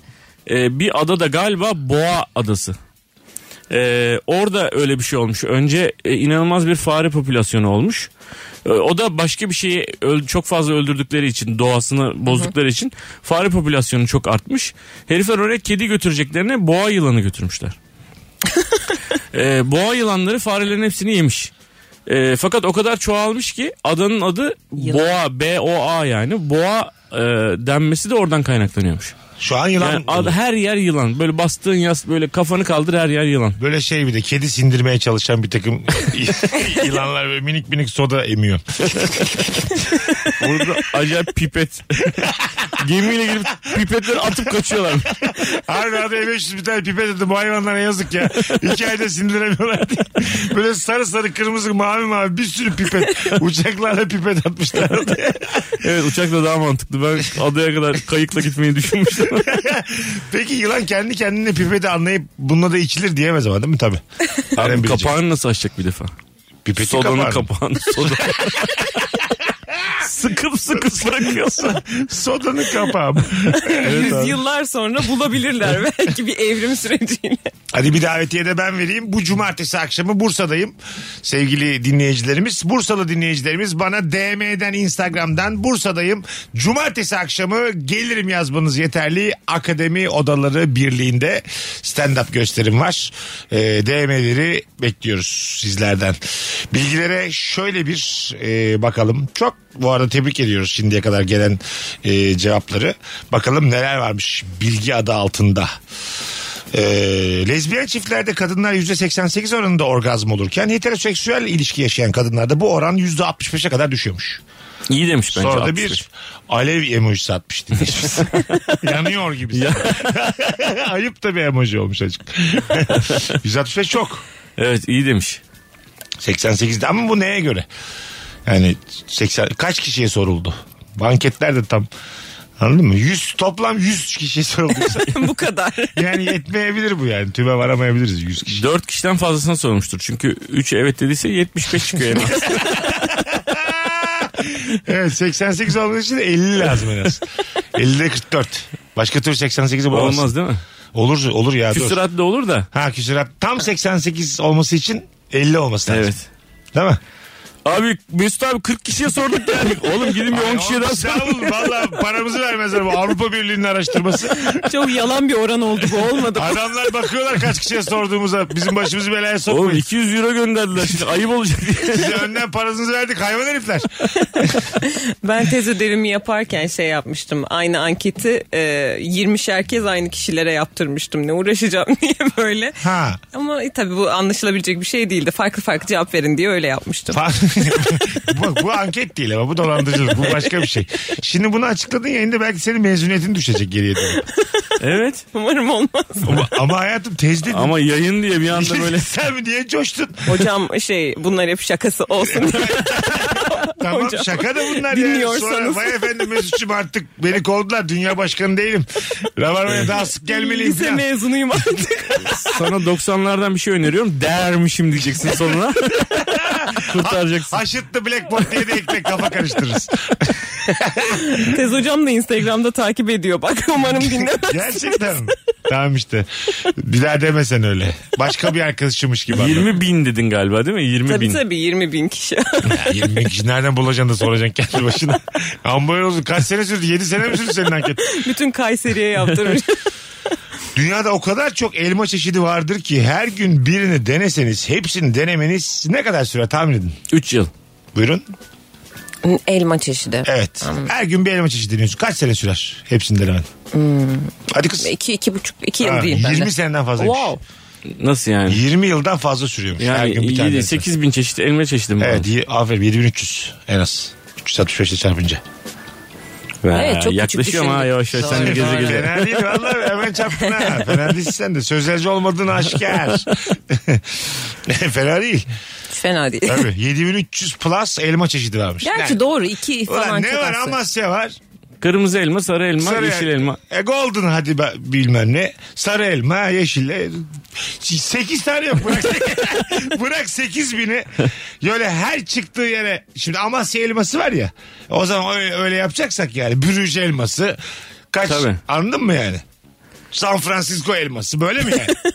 S3: e, bir adada galiba Boğa Adası. E, orada öyle bir şey olmuş. Önce e, inanılmaz bir fare popülasyonu olmuş. E, o da başka bir şeyi öl- çok fazla öldürdükleri için doğasını bozdukları için fare popülasyonu çok artmış. Herifler oraya kedi götüreceklerine boğa yılanı götürmüşler. E, boğa yılanları farelerin hepsini yemiş. E, fakat o kadar çoğalmış ki adanın adı
S2: Yılan.
S3: Boğa B-O-A yani Boğa e, denmesi de oradan kaynaklanıyormuş.
S1: Şu an yılan.
S3: Yani ad- her yer yılan. Böyle bastığın yas böyle kafanı kaldır her yer yılan.
S1: Böyle şey bir de kedi sindirmeye çalışan bir takım [laughs] yılanlar böyle minik minik soda emiyor.
S3: Burada acayip pipet. [laughs] Gemiyle girip pipetleri atıp kaçıyorlar.
S1: Harbi adam 500 bir tane pipet dedi. Bu hayvanlara yazık ya. İki ayda sindiremiyorlar diye. Böyle sarı sarı kırmızı mavi mavi bir sürü pipet. Uçaklarla pipet atmışlar. oraya.
S3: Evet uçakla daha mantıklı. Ben adaya kadar kayıkla gitmeyi düşünmüştüm.
S1: Peki yılan kendi kendine pipeti anlayıp bununla da içilir diyemez ama değil mi tabii. Nereden
S3: Abi
S1: bilecek?
S3: kapağını nasıl açacak bir defa?
S1: Pipeti
S3: Sodanın
S1: kapağını.
S3: kapağını. Soda. sıkıp sıkıp bırakıyorsun.
S1: Sodanın kapağı.
S2: Yüzyıllar sonra bulabilirler
S1: [laughs]
S2: belki bir evrim süreciyle. [laughs]
S1: Hadi bir davetiye de ben vereyim. Bu cumartesi akşamı Bursa'dayım. Sevgili dinleyicilerimiz, Bursalı dinleyicilerimiz bana DM'den, Instagram'dan Bursa'dayım. Cumartesi akşamı gelirim yazmanız yeterli. Akademi Odaları Birliği'nde stand-up gösterim var. Ee, DM'leri bekliyoruz sizlerden. Bilgilere şöyle bir e, bakalım. Çok bu arada tebrik ediyoruz şimdiye kadar gelen e, cevapları. Bakalım neler varmış bilgi adı altında. Ee, lezbiyen çiftlerde kadınlar %88 oranında orgazm olurken heteroseksüel ilişki yaşayan kadınlarda bu oran %65'e kadar düşüyormuş.
S3: İyi demiş bence.
S1: Sonra da
S3: 65.
S1: bir alev emojisi atmış dinleyicimiz. [laughs] Yanıyor gibi. [laughs] Ayıp da bir emoji olmuş açık. [laughs] 165 çok.
S3: Evet iyi demiş.
S1: 88'de ama bu neye göre? Yani 80 kaç kişiye soruldu? Banketler de tam anladın mı? 100 toplam 100 kişiye [laughs] sorulduysa
S2: Bu kadar.
S1: yani yetmeyebilir bu yani. Tüme varamayabiliriz 100 kişi.
S3: 4 kişiden fazlasına sormuştur. Çünkü 3 evet dediyse 75 çıkıyor en az.
S1: Evet 88 olmak için de 50 lazım en az. 50'de 44. Başka türlü 88'i bulamazsın.
S3: Olmaz değil mi?
S1: Olur olur ya. dur.
S3: Küsuratlı olur da.
S1: Ha küsurat. Tam 88 olması için 50 olması lazım.
S3: Evet.
S1: Değil mi?
S3: Abi Mesut abi 40 kişiye sorduk yani. Oğlum gidin bir 10 kişiye daha
S1: Sağ
S3: sorun.
S1: olun. Valla paramızı vermezler. Bu Avrupa Birliği'nin araştırması.
S2: Çok yalan bir oran oldu bu olmadı.
S1: Adamlar bakıyorlar kaç kişiye sorduğumuza. Bizim başımızı belaya
S3: Oğlum
S1: sokmayın.
S3: 200 euro gönderdiler şimdi ayıp olacak
S1: [laughs]
S3: diye.
S1: Size önden paranızı verdik hayvan herifler.
S2: Ben tez ödevimi yaparken şey yapmıştım. Aynı anketi e, 20 herkes aynı kişilere yaptırmıştım. Ne uğraşacağım [laughs] diye böyle.
S1: Ha.
S2: Ama e, tabii bu anlaşılabilecek bir şey değildi. Farklı farklı cevap verin diye öyle yapmıştım.
S1: Fa- [laughs] bu, bu anket değil ama bu dolandırıcılık. Bu başka bir şey. Şimdi bunu açıkladın yayında belki senin mezuniyetin düşecek geriye dönüp.
S3: Evet.
S1: [laughs]
S2: Umarım olmaz.
S1: Ama, ama hayatım tez dedin.
S3: Ama yayın diye bir anda
S1: [laughs]
S3: böyle.
S1: Sen mi diye coştun?
S2: Hocam şey bunlar hep şakası olsun diye.
S1: Tamam
S2: Hocam.
S1: şaka da bunlar
S2: Dinliyorsanız.
S1: ya. Sonra vay efendim Mesut'cum artık beni kovdular. Dünya başkanı değilim. Rabarmaya daha sık gelmeliyim
S2: Lise
S1: falan.
S2: mezunuyum artık.
S3: Sana 90'lardan bir şey öneriyorum. Dermişim diyeceksin
S1: [laughs]
S3: sonuna. Kurtaracaksın.
S1: Haşıtlı Blackboard diye de ekmek kafa karıştırırız.
S2: Tez hocam da Instagram'da takip ediyor. Bak [laughs] umarım dinlemez.
S1: Gerçekten mi? Tamam işte. Bir daha demesen öyle. Başka bir arkadaşımış gibi. anlat.
S3: 20 bin dedin galiba değil mi? 20
S2: Tabii
S3: bin.
S2: tabii 20 bin kişi. [laughs]
S1: 20 bin kişi nereden bulacaksın da soracaksın kendi başına. Amboy olsun. Kaç sene sürdü? 7 sene mi sürdü senin anket?
S2: Bütün Kayseri'ye [laughs] yaptırmış.
S1: Dünyada o kadar çok elma çeşidi vardır ki her gün birini deneseniz hepsini denemeniz ne kadar süre tahmin edin.
S3: 3 yıl.
S1: Buyurun.
S2: Elma çeşidi.
S1: Evet. Her gün bir elma çeşidi deniyorsun. Kaç sene sürer hepsini denemen? Hadi kız.
S2: 2 iki buçuk iki Hmm. yıl
S1: Ha,
S2: değil
S1: 20
S2: bende.
S1: seneden fazlaymış.
S2: Wow.
S3: Nasıl yani?
S1: 20 yıldan fazla sürüyormuş. her
S3: Yani
S1: gün bir
S3: iyi
S1: tane.
S3: değil.
S1: denesen.
S3: 8 bin çeşit elma çeşidi mi?
S1: Evet iyi, aferin 7300 en az. 365 ile çarpınca.
S3: Ha,
S2: Evet, çok küçük
S3: yaklaşıyor ama ha,
S2: düşündük.
S3: yavaş yavaş sen de
S2: Doğru,
S3: geze
S2: doğru.
S3: geze.
S1: Fena değil valla hemen çarptın
S3: [laughs]
S1: ha. Fena değilsin sen de. Sözelci olmadığın aşikar. [laughs] Fena değil.
S2: Fena değil.
S1: Tabii 7300 plus elma çeşidi varmış.
S2: Gerçi
S1: Ne?
S2: doğru iki falan
S1: Ulan ne
S2: çok
S1: var
S2: az.
S1: Amasya var.
S3: Kırmızı elma, sarı elma,
S1: Sarı
S3: yeşil elma.
S1: E golden hadi be- bilmem ne. Sarı elma, yeşil. e, Sekiz tane yok. Bırak, [laughs] bırak sekiz bini. Böyle her çıktığı yere. Şimdi Amasya elması var ya. O zaman öyle, öyle yapacaksak yani. Bürüj elması. Kaç
S3: Tabii.
S1: anladın mı yani? San Francisco elması böyle mi yani?
S3: [laughs]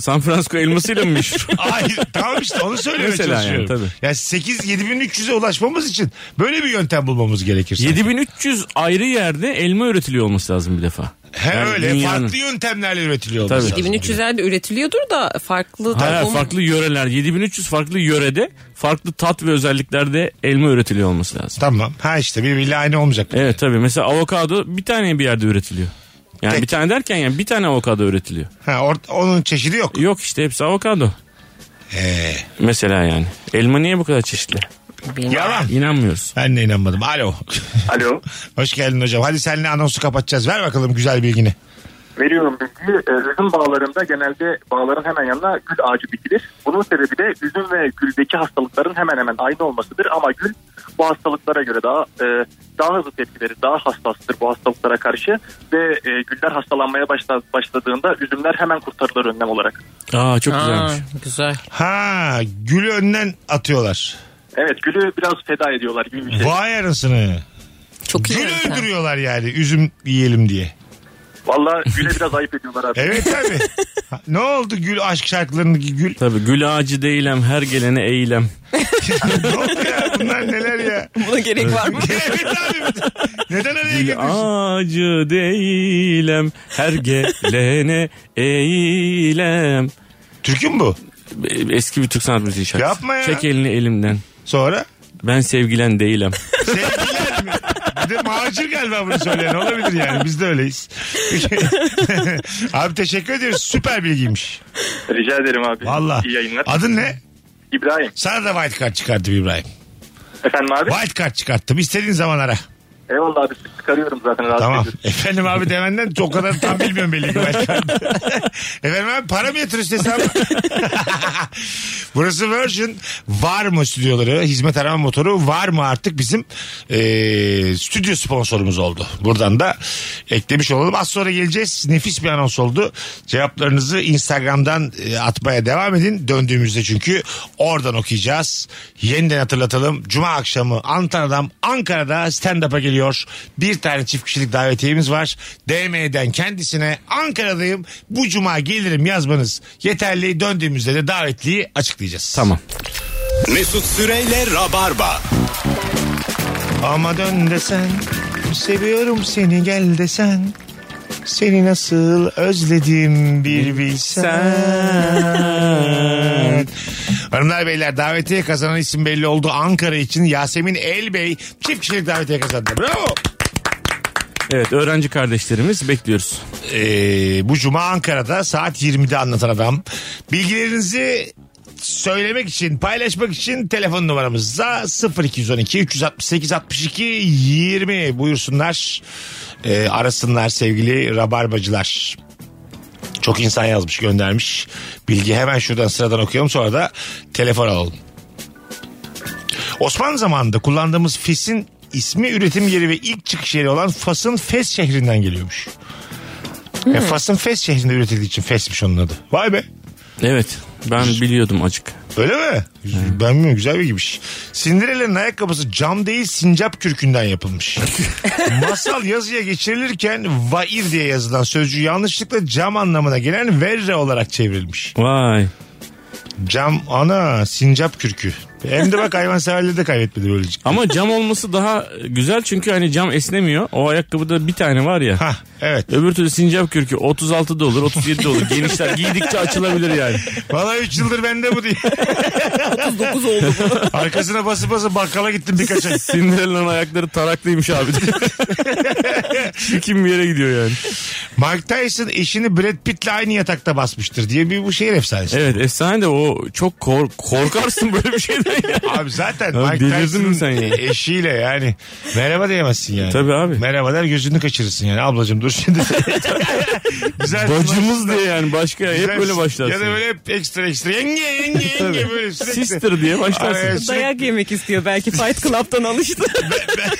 S3: San Francisco elmasıyla
S1: [laughs]
S3: mı meşhur?
S1: Hayır tamam işte onu söylemeye
S3: Mesela yani,
S1: çalışıyorum. Yani,
S3: tabii.
S1: 8-7300'e ulaşmamız için böyle bir yöntem bulmamız gerekir.
S3: 7300 ayrı yerde elma üretiliyor olması lazım bir defa.
S1: He
S3: Yani
S1: öyle
S3: dünyanın-
S1: farklı yöntemlerle üretiliyor.
S3: Tabii.
S1: olması lazım.
S2: 7300'lerde üretiliyordur da farklı
S3: Hayır
S2: toplum-
S3: farklı yöreler 7300 farklı yörede farklı tat ve özelliklerde elma üretiliyor olması lazım.
S1: Tamam. Ha işte birbiriyle aynı olmayacak.
S3: Evet tabii mesela avokado bir tane bir yerde üretiliyor. Yani
S1: Tek.
S3: bir tane derken yani bir tane avokado üretiliyor.
S1: Ha, or- onun çeşidi yok.
S3: Yok işte hepsi avokado.
S1: Ee,
S3: Mesela yani. Elma niye bu kadar çeşitli?
S1: yalan.
S3: İnanmıyoruz.
S1: Ben de inanmadım. Alo. [laughs]
S5: Alo.
S1: Hoş geldin hocam. Hadi seninle anonsu kapatacağız. Ver bakalım güzel bilgini.
S5: Veriyorum bilgiyi. Ee, Üzüm bağlarında genelde bağların hemen yanına gül ağacı dikilir. Bunun sebebi de üzüm ve güldeki hastalıkların hemen hemen aynı olmasıdır. Ama gül bu hastalıklara göre daha e, daha hızlı tepkileri, daha hassastır bu hastalıklara karşı. Ve e, güller hastalanmaya başla- başladığında üzümler hemen kurtarılır önlem olarak.
S3: Aa çok
S2: Aa,
S3: güzelmiş.
S2: güzel.
S1: Ha gülü önden atıyorlar.
S5: Evet gülü biraz feda ediyorlar gibi bir şey.
S1: Vay arasını.
S2: Çok iyi.
S1: Gül
S2: yöntem.
S1: öldürüyorlar yani üzüm yiyelim diye.
S5: Valla güle biraz ayıp ediyorlar abi.
S1: Evet abi. Ha, ne oldu gül aşk şarkılarındaki gül?
S3: Tabii gül ağacı değilem her gelene eğilem.
S1: ne oldu ya bunlar neler
S3: [laughs]
S1: ya?
S2: Buna gerek var mı?
S1: evet abi. Neden araya
S3: Gül
S1: gidiyorsun?
S3: ağacı değilem her gelene eğilem.
S1: Türkü mü bu?
S3: Eski bir Türk sanat müziği şarkısı.
S1: Yapma ya.
S3: Çek elini elimden.
S1: Sonra?
S3: Ben sevgilen değilim.
S1: Sevgiler mi? Bir de macir galiba bunu söyleyen olabilir yani. Biz de öyleyiz. [laughs] Abi teşekkür ediyoruz. Süper bilgiymiş.
S5: Rica ederim abi.
S1: Valla.
S5: İyi yayınlar.
S1: Adın ne?
S5: İbrahim.
S1: Sana da white card çıkarttı İbrahim.
S5: Efendim abi?
S1: Wild card çıkarttım. İstediğin zaman ara.
S5: Eyvallah abi sık sık arıyorum zaten rahatsız
S1: Tamam.
S5: ediyorsun.
S1: Efendim abi demenden o kadar tam bilmiyorum belli ki wild card. Efendim abi para mı yatırıyorsun hesabı? Burası Virgin. Var mı stüdyoları? Hizmet arama motoru var mı artık bizim eee, stüdyo sponsorumuz oldu. Buradan da eklemiş olalım. Az sonra geleceğiz. Nefis bir anons oldu. Cevaplarınızı Instagram'dan e, atmaya devam edin. Döndüğümüzde çünkü oradan okuyacağız. Yeniden hatırlatalım. Cuma akşamı Antalya'dan Ankara'da stand-up'a geliyor. Bir tane çift kişilik davetiyemiz var. DM'den kendisine Ankara'dayım. Bu cuma gelirim yazmanız yeterli. Döndüğümüzde de davetliyi açıklayacağız.
S3: Tamam.
S6: Mesut Süreyle Rabarba.
S1: Ama dön desen seviyorum seni gel desen seni nasıl özledim bir bilsen. Hanımlar beyler davetiye kazanan isim belli oldu. Ankara için Yasemin Elbey çift kişilik davetiye kazandı. Bravo.
S3: [laughs] Evet öğrenci kardeşlerimiz bekliyoruz.
S1: Ee, bu cuma Ankara'da saat 20'de anlatan adam. Bilgilerinizi söylemek için, paylaşmak için telefon numaramızda 0212 368 62 20 buyursunlar. Ee, arasınlar sevgili rabarbacılar. Çok insan yazmış, göndermiş. Bilgi hemen şuradan sıradan okuyalım sonra da telefon alalım. Osmanlı zamanında kullandığımız Fis'in ismi üretim yeri ve ilk çıkış yeri olan Fas'ın Fes şehrinden geliyormuş. Ya Fas'ın Fes şehrinde üretildiği için Fes'miş onun adı. Vay be.
S3: Evet ben biliyordum acık.
S1: Öyle mi? Ben bilmiyorum güzel bir gibiymiş. Cinderella'nın ayakkabısı cam değil sincap kürkünden yapılmış. Masal yazıya geçirilirken vair diye yazılan sözcüğü yanlışlıkla cam anlamına gelen verre olarak çevrilmiş.
S3: Vay.
S1: Cam ana sincap kürkü. Hem de bak hayvanseverleri de kaybetmedi böylece.
S3: [laughs] Ama cam olması daha güzel çünkü hani cam esnemiyor. O ayakkabıda bir tane var ya.
S1: Hah evet.
S3: Öbür türlü sincap kürkü 36 da olur 37 de olur. Genişler giydikçe açılabilir yani.
S1: Vallahi 3 yıldır bende bu diye.
S2: 39 oldu.
S1: Arkasına basıp basıp bakkala gittim birkaç ay.
S3: Cinderella'nın ayakları taraklıymış [laughs] abi. Kim bir yere gidiyor yani.
S1: Mike Tyson eşini Brad Pitt'le aynı yatakta basmıştır diye bir bu şehir efsanesi.
S3: Evet efsane de o çok kor- korkarsın böyle bir şeyden ya.
S1: Abi
S3: [laughs]
S1: zaten
S3: Ya
S1: Mike
S3: delirdin
S1: Tyson'ın
S3: mi sen ya?
S1: eşiyle yani merhaba diyemezsin yani.
S3: Tabii abi.
S1: Merhaba der gözünü kaçırırsın yani ablacım dur
S3: [laughs]
S1: şimdi. Güzel
S3: Bacımız diye yani başka hep böyle başlarsın.
S1: Ya da böyle hep ekstra ekstra yenge yenge yenge böyle sürekli.
S3: Sister diye başlarsın.
S1: Ay, sürekli-
S2: [laughs] Dayak yemek istiyor belki Fight Club'dan alıştı.
S1: [laughs]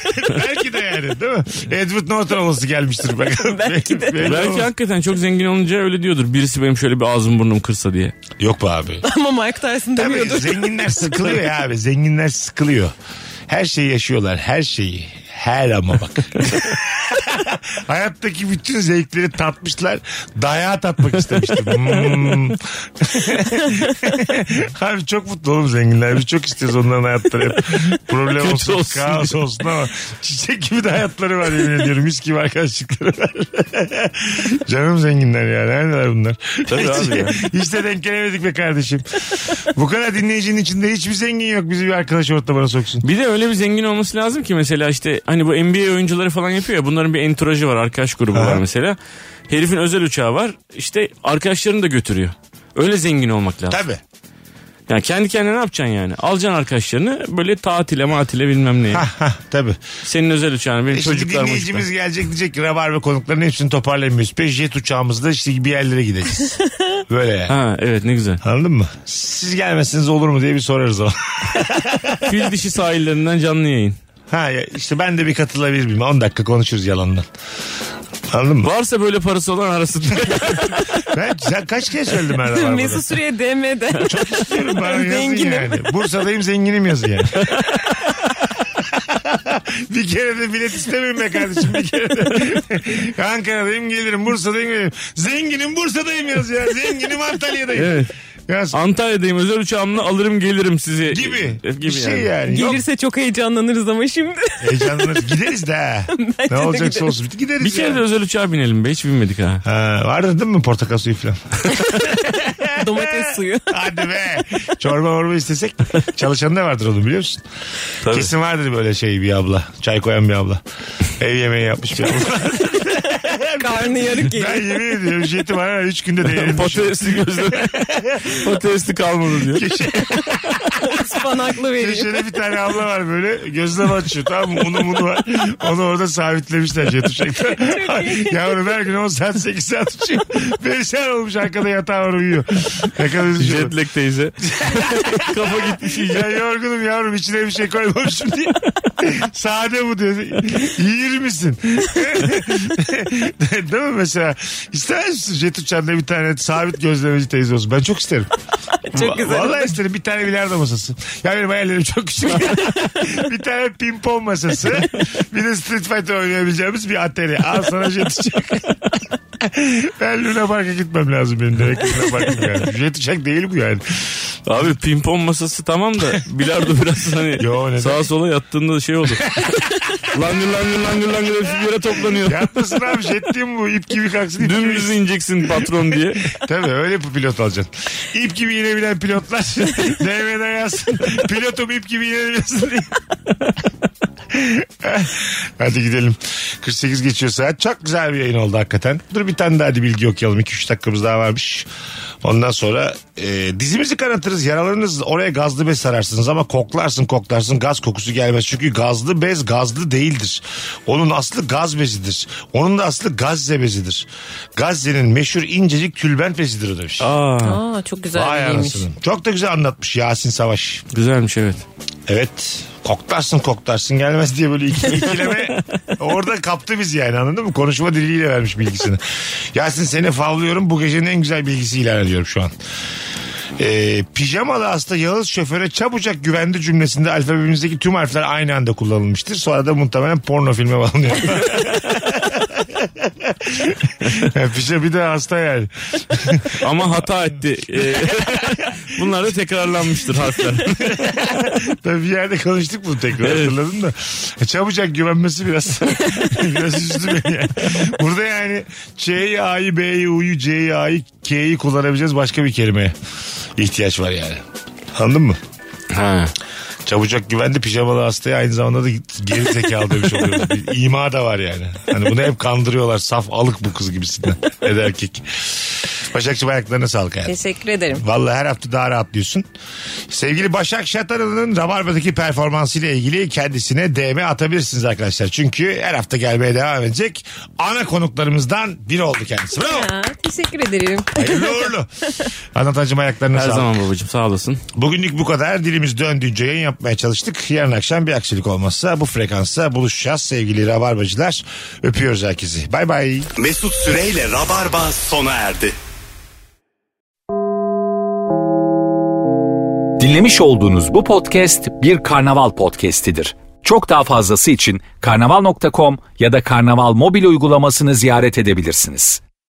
S2: [laughs]
S1: Belki de yani değil mi? Edward Norton olası
S3: [laughs]
S1: gelmiştir.
S2: Belki de.
S3: Belki hakikaten çok zengin olunca öyle diyordur. Birisi benim şöyle bir ağzım burnum kırsa diye.
S1: Yok be abi.
S2: Ama Mike Tyson
S1: Tabii
S2: demiyordur.
S1: zenginler sıkılıyor ya abi. Zenginler sıkılıyor. Her şeyi yaşıyorlar. Her şeyi. Her ama bak. [laughs] Hayattaki bütün zevkleri tatmışlar. Dayağı tatmak istemiştim. Hmm. abi çok mutlu oğlum zenginler. Biz çok istiyoruz onların hayatları hep. Problem
S3: Kötü
S1: olsun,
S3: olsun
S1: kaos olsun ama çiçek gibi de hayatları var yemin ediyorum. Mis gibi arkadaşlıkları var. [laughs] Canım zenginler ya. Neredeler bunlar?
S3: Tabii abi ya.
S1: Hiç de denk gelemedik be kardeşim. Bu kadar dinleyicinin içinde hiçbir zengin yok. Bizi bir arkadaş ortamına soksun.
S3: Bir de öyle bir zengin olması lazım ki mesela işte hani bu NBA oyuncuları falan yapıyor ya bunların bir entourajı var arkadaş grubu var mesela. Herifin özel uçağı var işte arkadaşlarını da götürüyor. Öyle zengin olmak lazım.
S1: Tabii.
S3: Yani kendi kendine ne yapacaksın yani? Alacaksın arkadaşlarını böyle tatile matile bilmem neye.
S1: Hah, hah, Tabii.
S3: Senin özel uçağın benim
S1: E Şimdi
S3: çocuklar
S1: dinleyicimiz
S3: moçuklar.
S1: gelecek diyecek ki rabar ve konukların hepsini toparlayamıyoruz. Bir jet uçağımızda işte bir yerlere
S3: [laughs]
S1: gideceğiz. Böyle yani.
S3: Ha evet ne güzel.
S1: Anladın mı? Siz gelmeseniz olur mu diye bir sorarız o.
S3: Fil dişi sahillerinden canlı yayın.
S1: ha ya işte ben de bir katılabilir miyim? 10 dakika konuşuruz yalandan. Anladın
S3: [laughs]
S1: mı?
S3: Varsa böyle parası olan arasın.
S1: [laughs] Ben, sen kaç kere söyledim ben rabarbada?
S2: Mesut Süre'ye DM'de.
S1: Çok istiyorum bana
S2: Ben
S1: yazın
S2: zenginim.
S1: yani. Bursa'dayım zenginim yazın yani.
S3: [laughs]
S1: bir kere de bilet istemeyim be kardeşim bir kere de. [laughs] Ankara'dayım gelirim Bursa'dayım gelirim. Zenginim Bursa'dayım yaz ya. Zenginim Antalya'dayım.
S3: Evet.
S1: Yaz.
S3: Antalya'dayım özel uçağımla alırım gelirim sizi.
S1: gibi.
S3: E, Gibi
S1: bir şey yani. Yok,
S2: Gelirse çok heyecanlanırız ama şimdi.
S1: Heyecanlanırız. Gideriz de
S3: [laughs]
S1: ha. ne olacaksa
S2: gideriz.
S1: olsun. Gideriz
S3: Bir kere
S1: ya.
S3: de özel uçağa binelim be hiç binmedik ha.
S1: Ha, vardı değil mi portakal suyu falan? [laughs]
S2: Domates suyu.
S1: Ee,
S2: [laughs]
S1: Hadi be. Çorba morba istesek çalışan da vardır oğlum biliyor musun?
S3: Tabii.
S1: Kesin vardır böyle şey bir abla. Çay koyan bir abla. Ev yemeği yapmış bir abla.
S2: Karnı yarık
S1: Ben
S2: geliyor.
S1: yemin ediyorum jeti bana 3 günde değerim.
S3: Patatesli gözleme. Patatesli kalmadı diyor.
S1: Keşke-
S2: Ispanaklı vereyim.
S1: Köşede bir tane abla var böyle gözlem açıyor tamam mı? Unu munu var. Onu orada sabitlemişler yatışakta. Yavrum her gün 10 saat 8 saat uçuyor. Perişan olmuş arkada yatağı var uyuyor. Ne kadar üzücü.
S3: Jetlag teyze. Kafa gitmiş iyice.
S1: Ya yorgunum yavrum içine bir şey koymamışım
S2: [laughs]
S1: diye. Sade bu diyor. Yiyir misin? [laughs] Değil mi mesela? İster misin jet uçağında bir tane sabit gözlemeci teyze olsun? Ben çok isterim.
S2: [laughs] Çok güzel.
S1: Vallahi isterim bir tane bilardo masası. Ya benim hayallerim çok
S2: [laughs]
S1: küçük. bir tane pimpon masası. Bir de Street Fighter oynayabileceğimiz bir atari. Al sana jet uçak. [laughs] ben Luna Park'a gitmem lazım benim direkt Luna Park'a. Yani. Jet uçak değil bu yani.
S3: Abi pimpon masası tamam da bilardo biraz hani
S1: Yo, neden?
S3: sağa sola yattığında şey olur. langır langır langır langır hepsi bir yere toplanıyor.
S1: Yatmasın abi jet değil mi bu? İp gibi kalksın. ip gibi
S3: Dümdüz ineceksin patron diye.
S1: Tabii öyle bir pilot alacaksın. İp gibi inebilen pilotlar [laughs] DM'den yazsın. Pilotum ip gibi inebiliyorsun diye. hadi gidelim. 48 geçiyor saat. Çok güzel bir yayın oldu hakikaten. Dur bir tane daha hadi bilgi okuyalım. 2-3 dakikamız daha varmış. Ondan sonra e, dizimizi kanatırız. Yaralarınız oraya gazlı bez sararsınız ama koklarsın koklarsın gaz kokusu gelmez. Çünkü gazlı bez gazlı değildir. Onun aslı gaz bezidir. Onun da aslı gazze bezidir. Gazze'nin meşhur incecik tülbent bezidir o demiş.
S3: Aa,
S2: Aa, çok
S1: Vay
S2: güzel biriymiş.
S1: anasını. Çok da güzel anlatmış Yasin Savaş.
S3: güzelmiş evet.
S1: Evet. Koklarsın koklarsın gelmez diye böyle iki, ikileme orada kaptı bizi yani anladın mı? Konuşma diliyle vermiş bilgisini. Yasin seni favlıyorum bu gecenin en güzel bilgisi ilan ediyorum şu an. Ee, pijamalı hasta Yağız şoföre çabucak güvendi cümlesinde alfabemizdeki tüm harfler aynı anda kullanılmıştır. Sonra da muhtemelen porno filme bağlanıyor. [laughs] Yani Pija bir de hasta yani.
S3: Ama hata etti. Ee, [laughs] Bunlar da tekrarlanmıştır harfler.
S1: Tabii bir yerde konuştuk bunu tekrar
S3: Evet.
S1: hatırladım da. E, Çabucak güvenmesi biraz biraz üzdü beni yani. Burada yani C'yi, A'yı, B'yi, U'yu, C'yi, A'yı, K'yi kullanabileceğiz başka bir kelimeye ihtiyaç var yani. Anladın mı?
S3: Ha.
S1: Çabucak güvendi pijamalı hastaya aynı zamanda da geri zekalı demiş oluyoruz. Bir ima da var yani. Hani bunu hep kandırıyorlar. Saf alık bu kız gibisinden. Ede erkek. Başakçı ayaklarına sağlık hayatım.
S2: Teşekkür ederim.
S1: Vallahi her hafta daha rahatlıyorsun. Sevgili Başak Şataralı'nın Rabarba'daki performansıyla ilgili kendisine DM atabilirsiniz arkadaşlar. Çünkü her hafta gelmeye devam edecek. Ana konuklarımızdan biri oldu kendisi. Bravo.
S2: Aa, teşekkür ederim.
S1: Hayırlı
S3: [laughs]
S1: uğurlu. Anlatacım ayaklarına
S3: Her
S1: sağlık.
S3: zaman babacığım sağ olasın.
S1: Bugünlük bu kadar. Dilimiz döndüğünce yayın yapmaya çalıştık. Yarın akşam bir aksilik olmazsa bu frekansa buluşacağız sevgili Rabarbacılar. Öpüyoruz herkesi. Bay bay.
S6: Mesut Süreyle Rabarba sona erdi.
S9: Dinlemiş olduğunuz bu podcast bir karnaval podcastidir. Çok daha fazlası için karnaval.com ya da karnaval mobil uygulamasını ziyaret edebilirsiniz.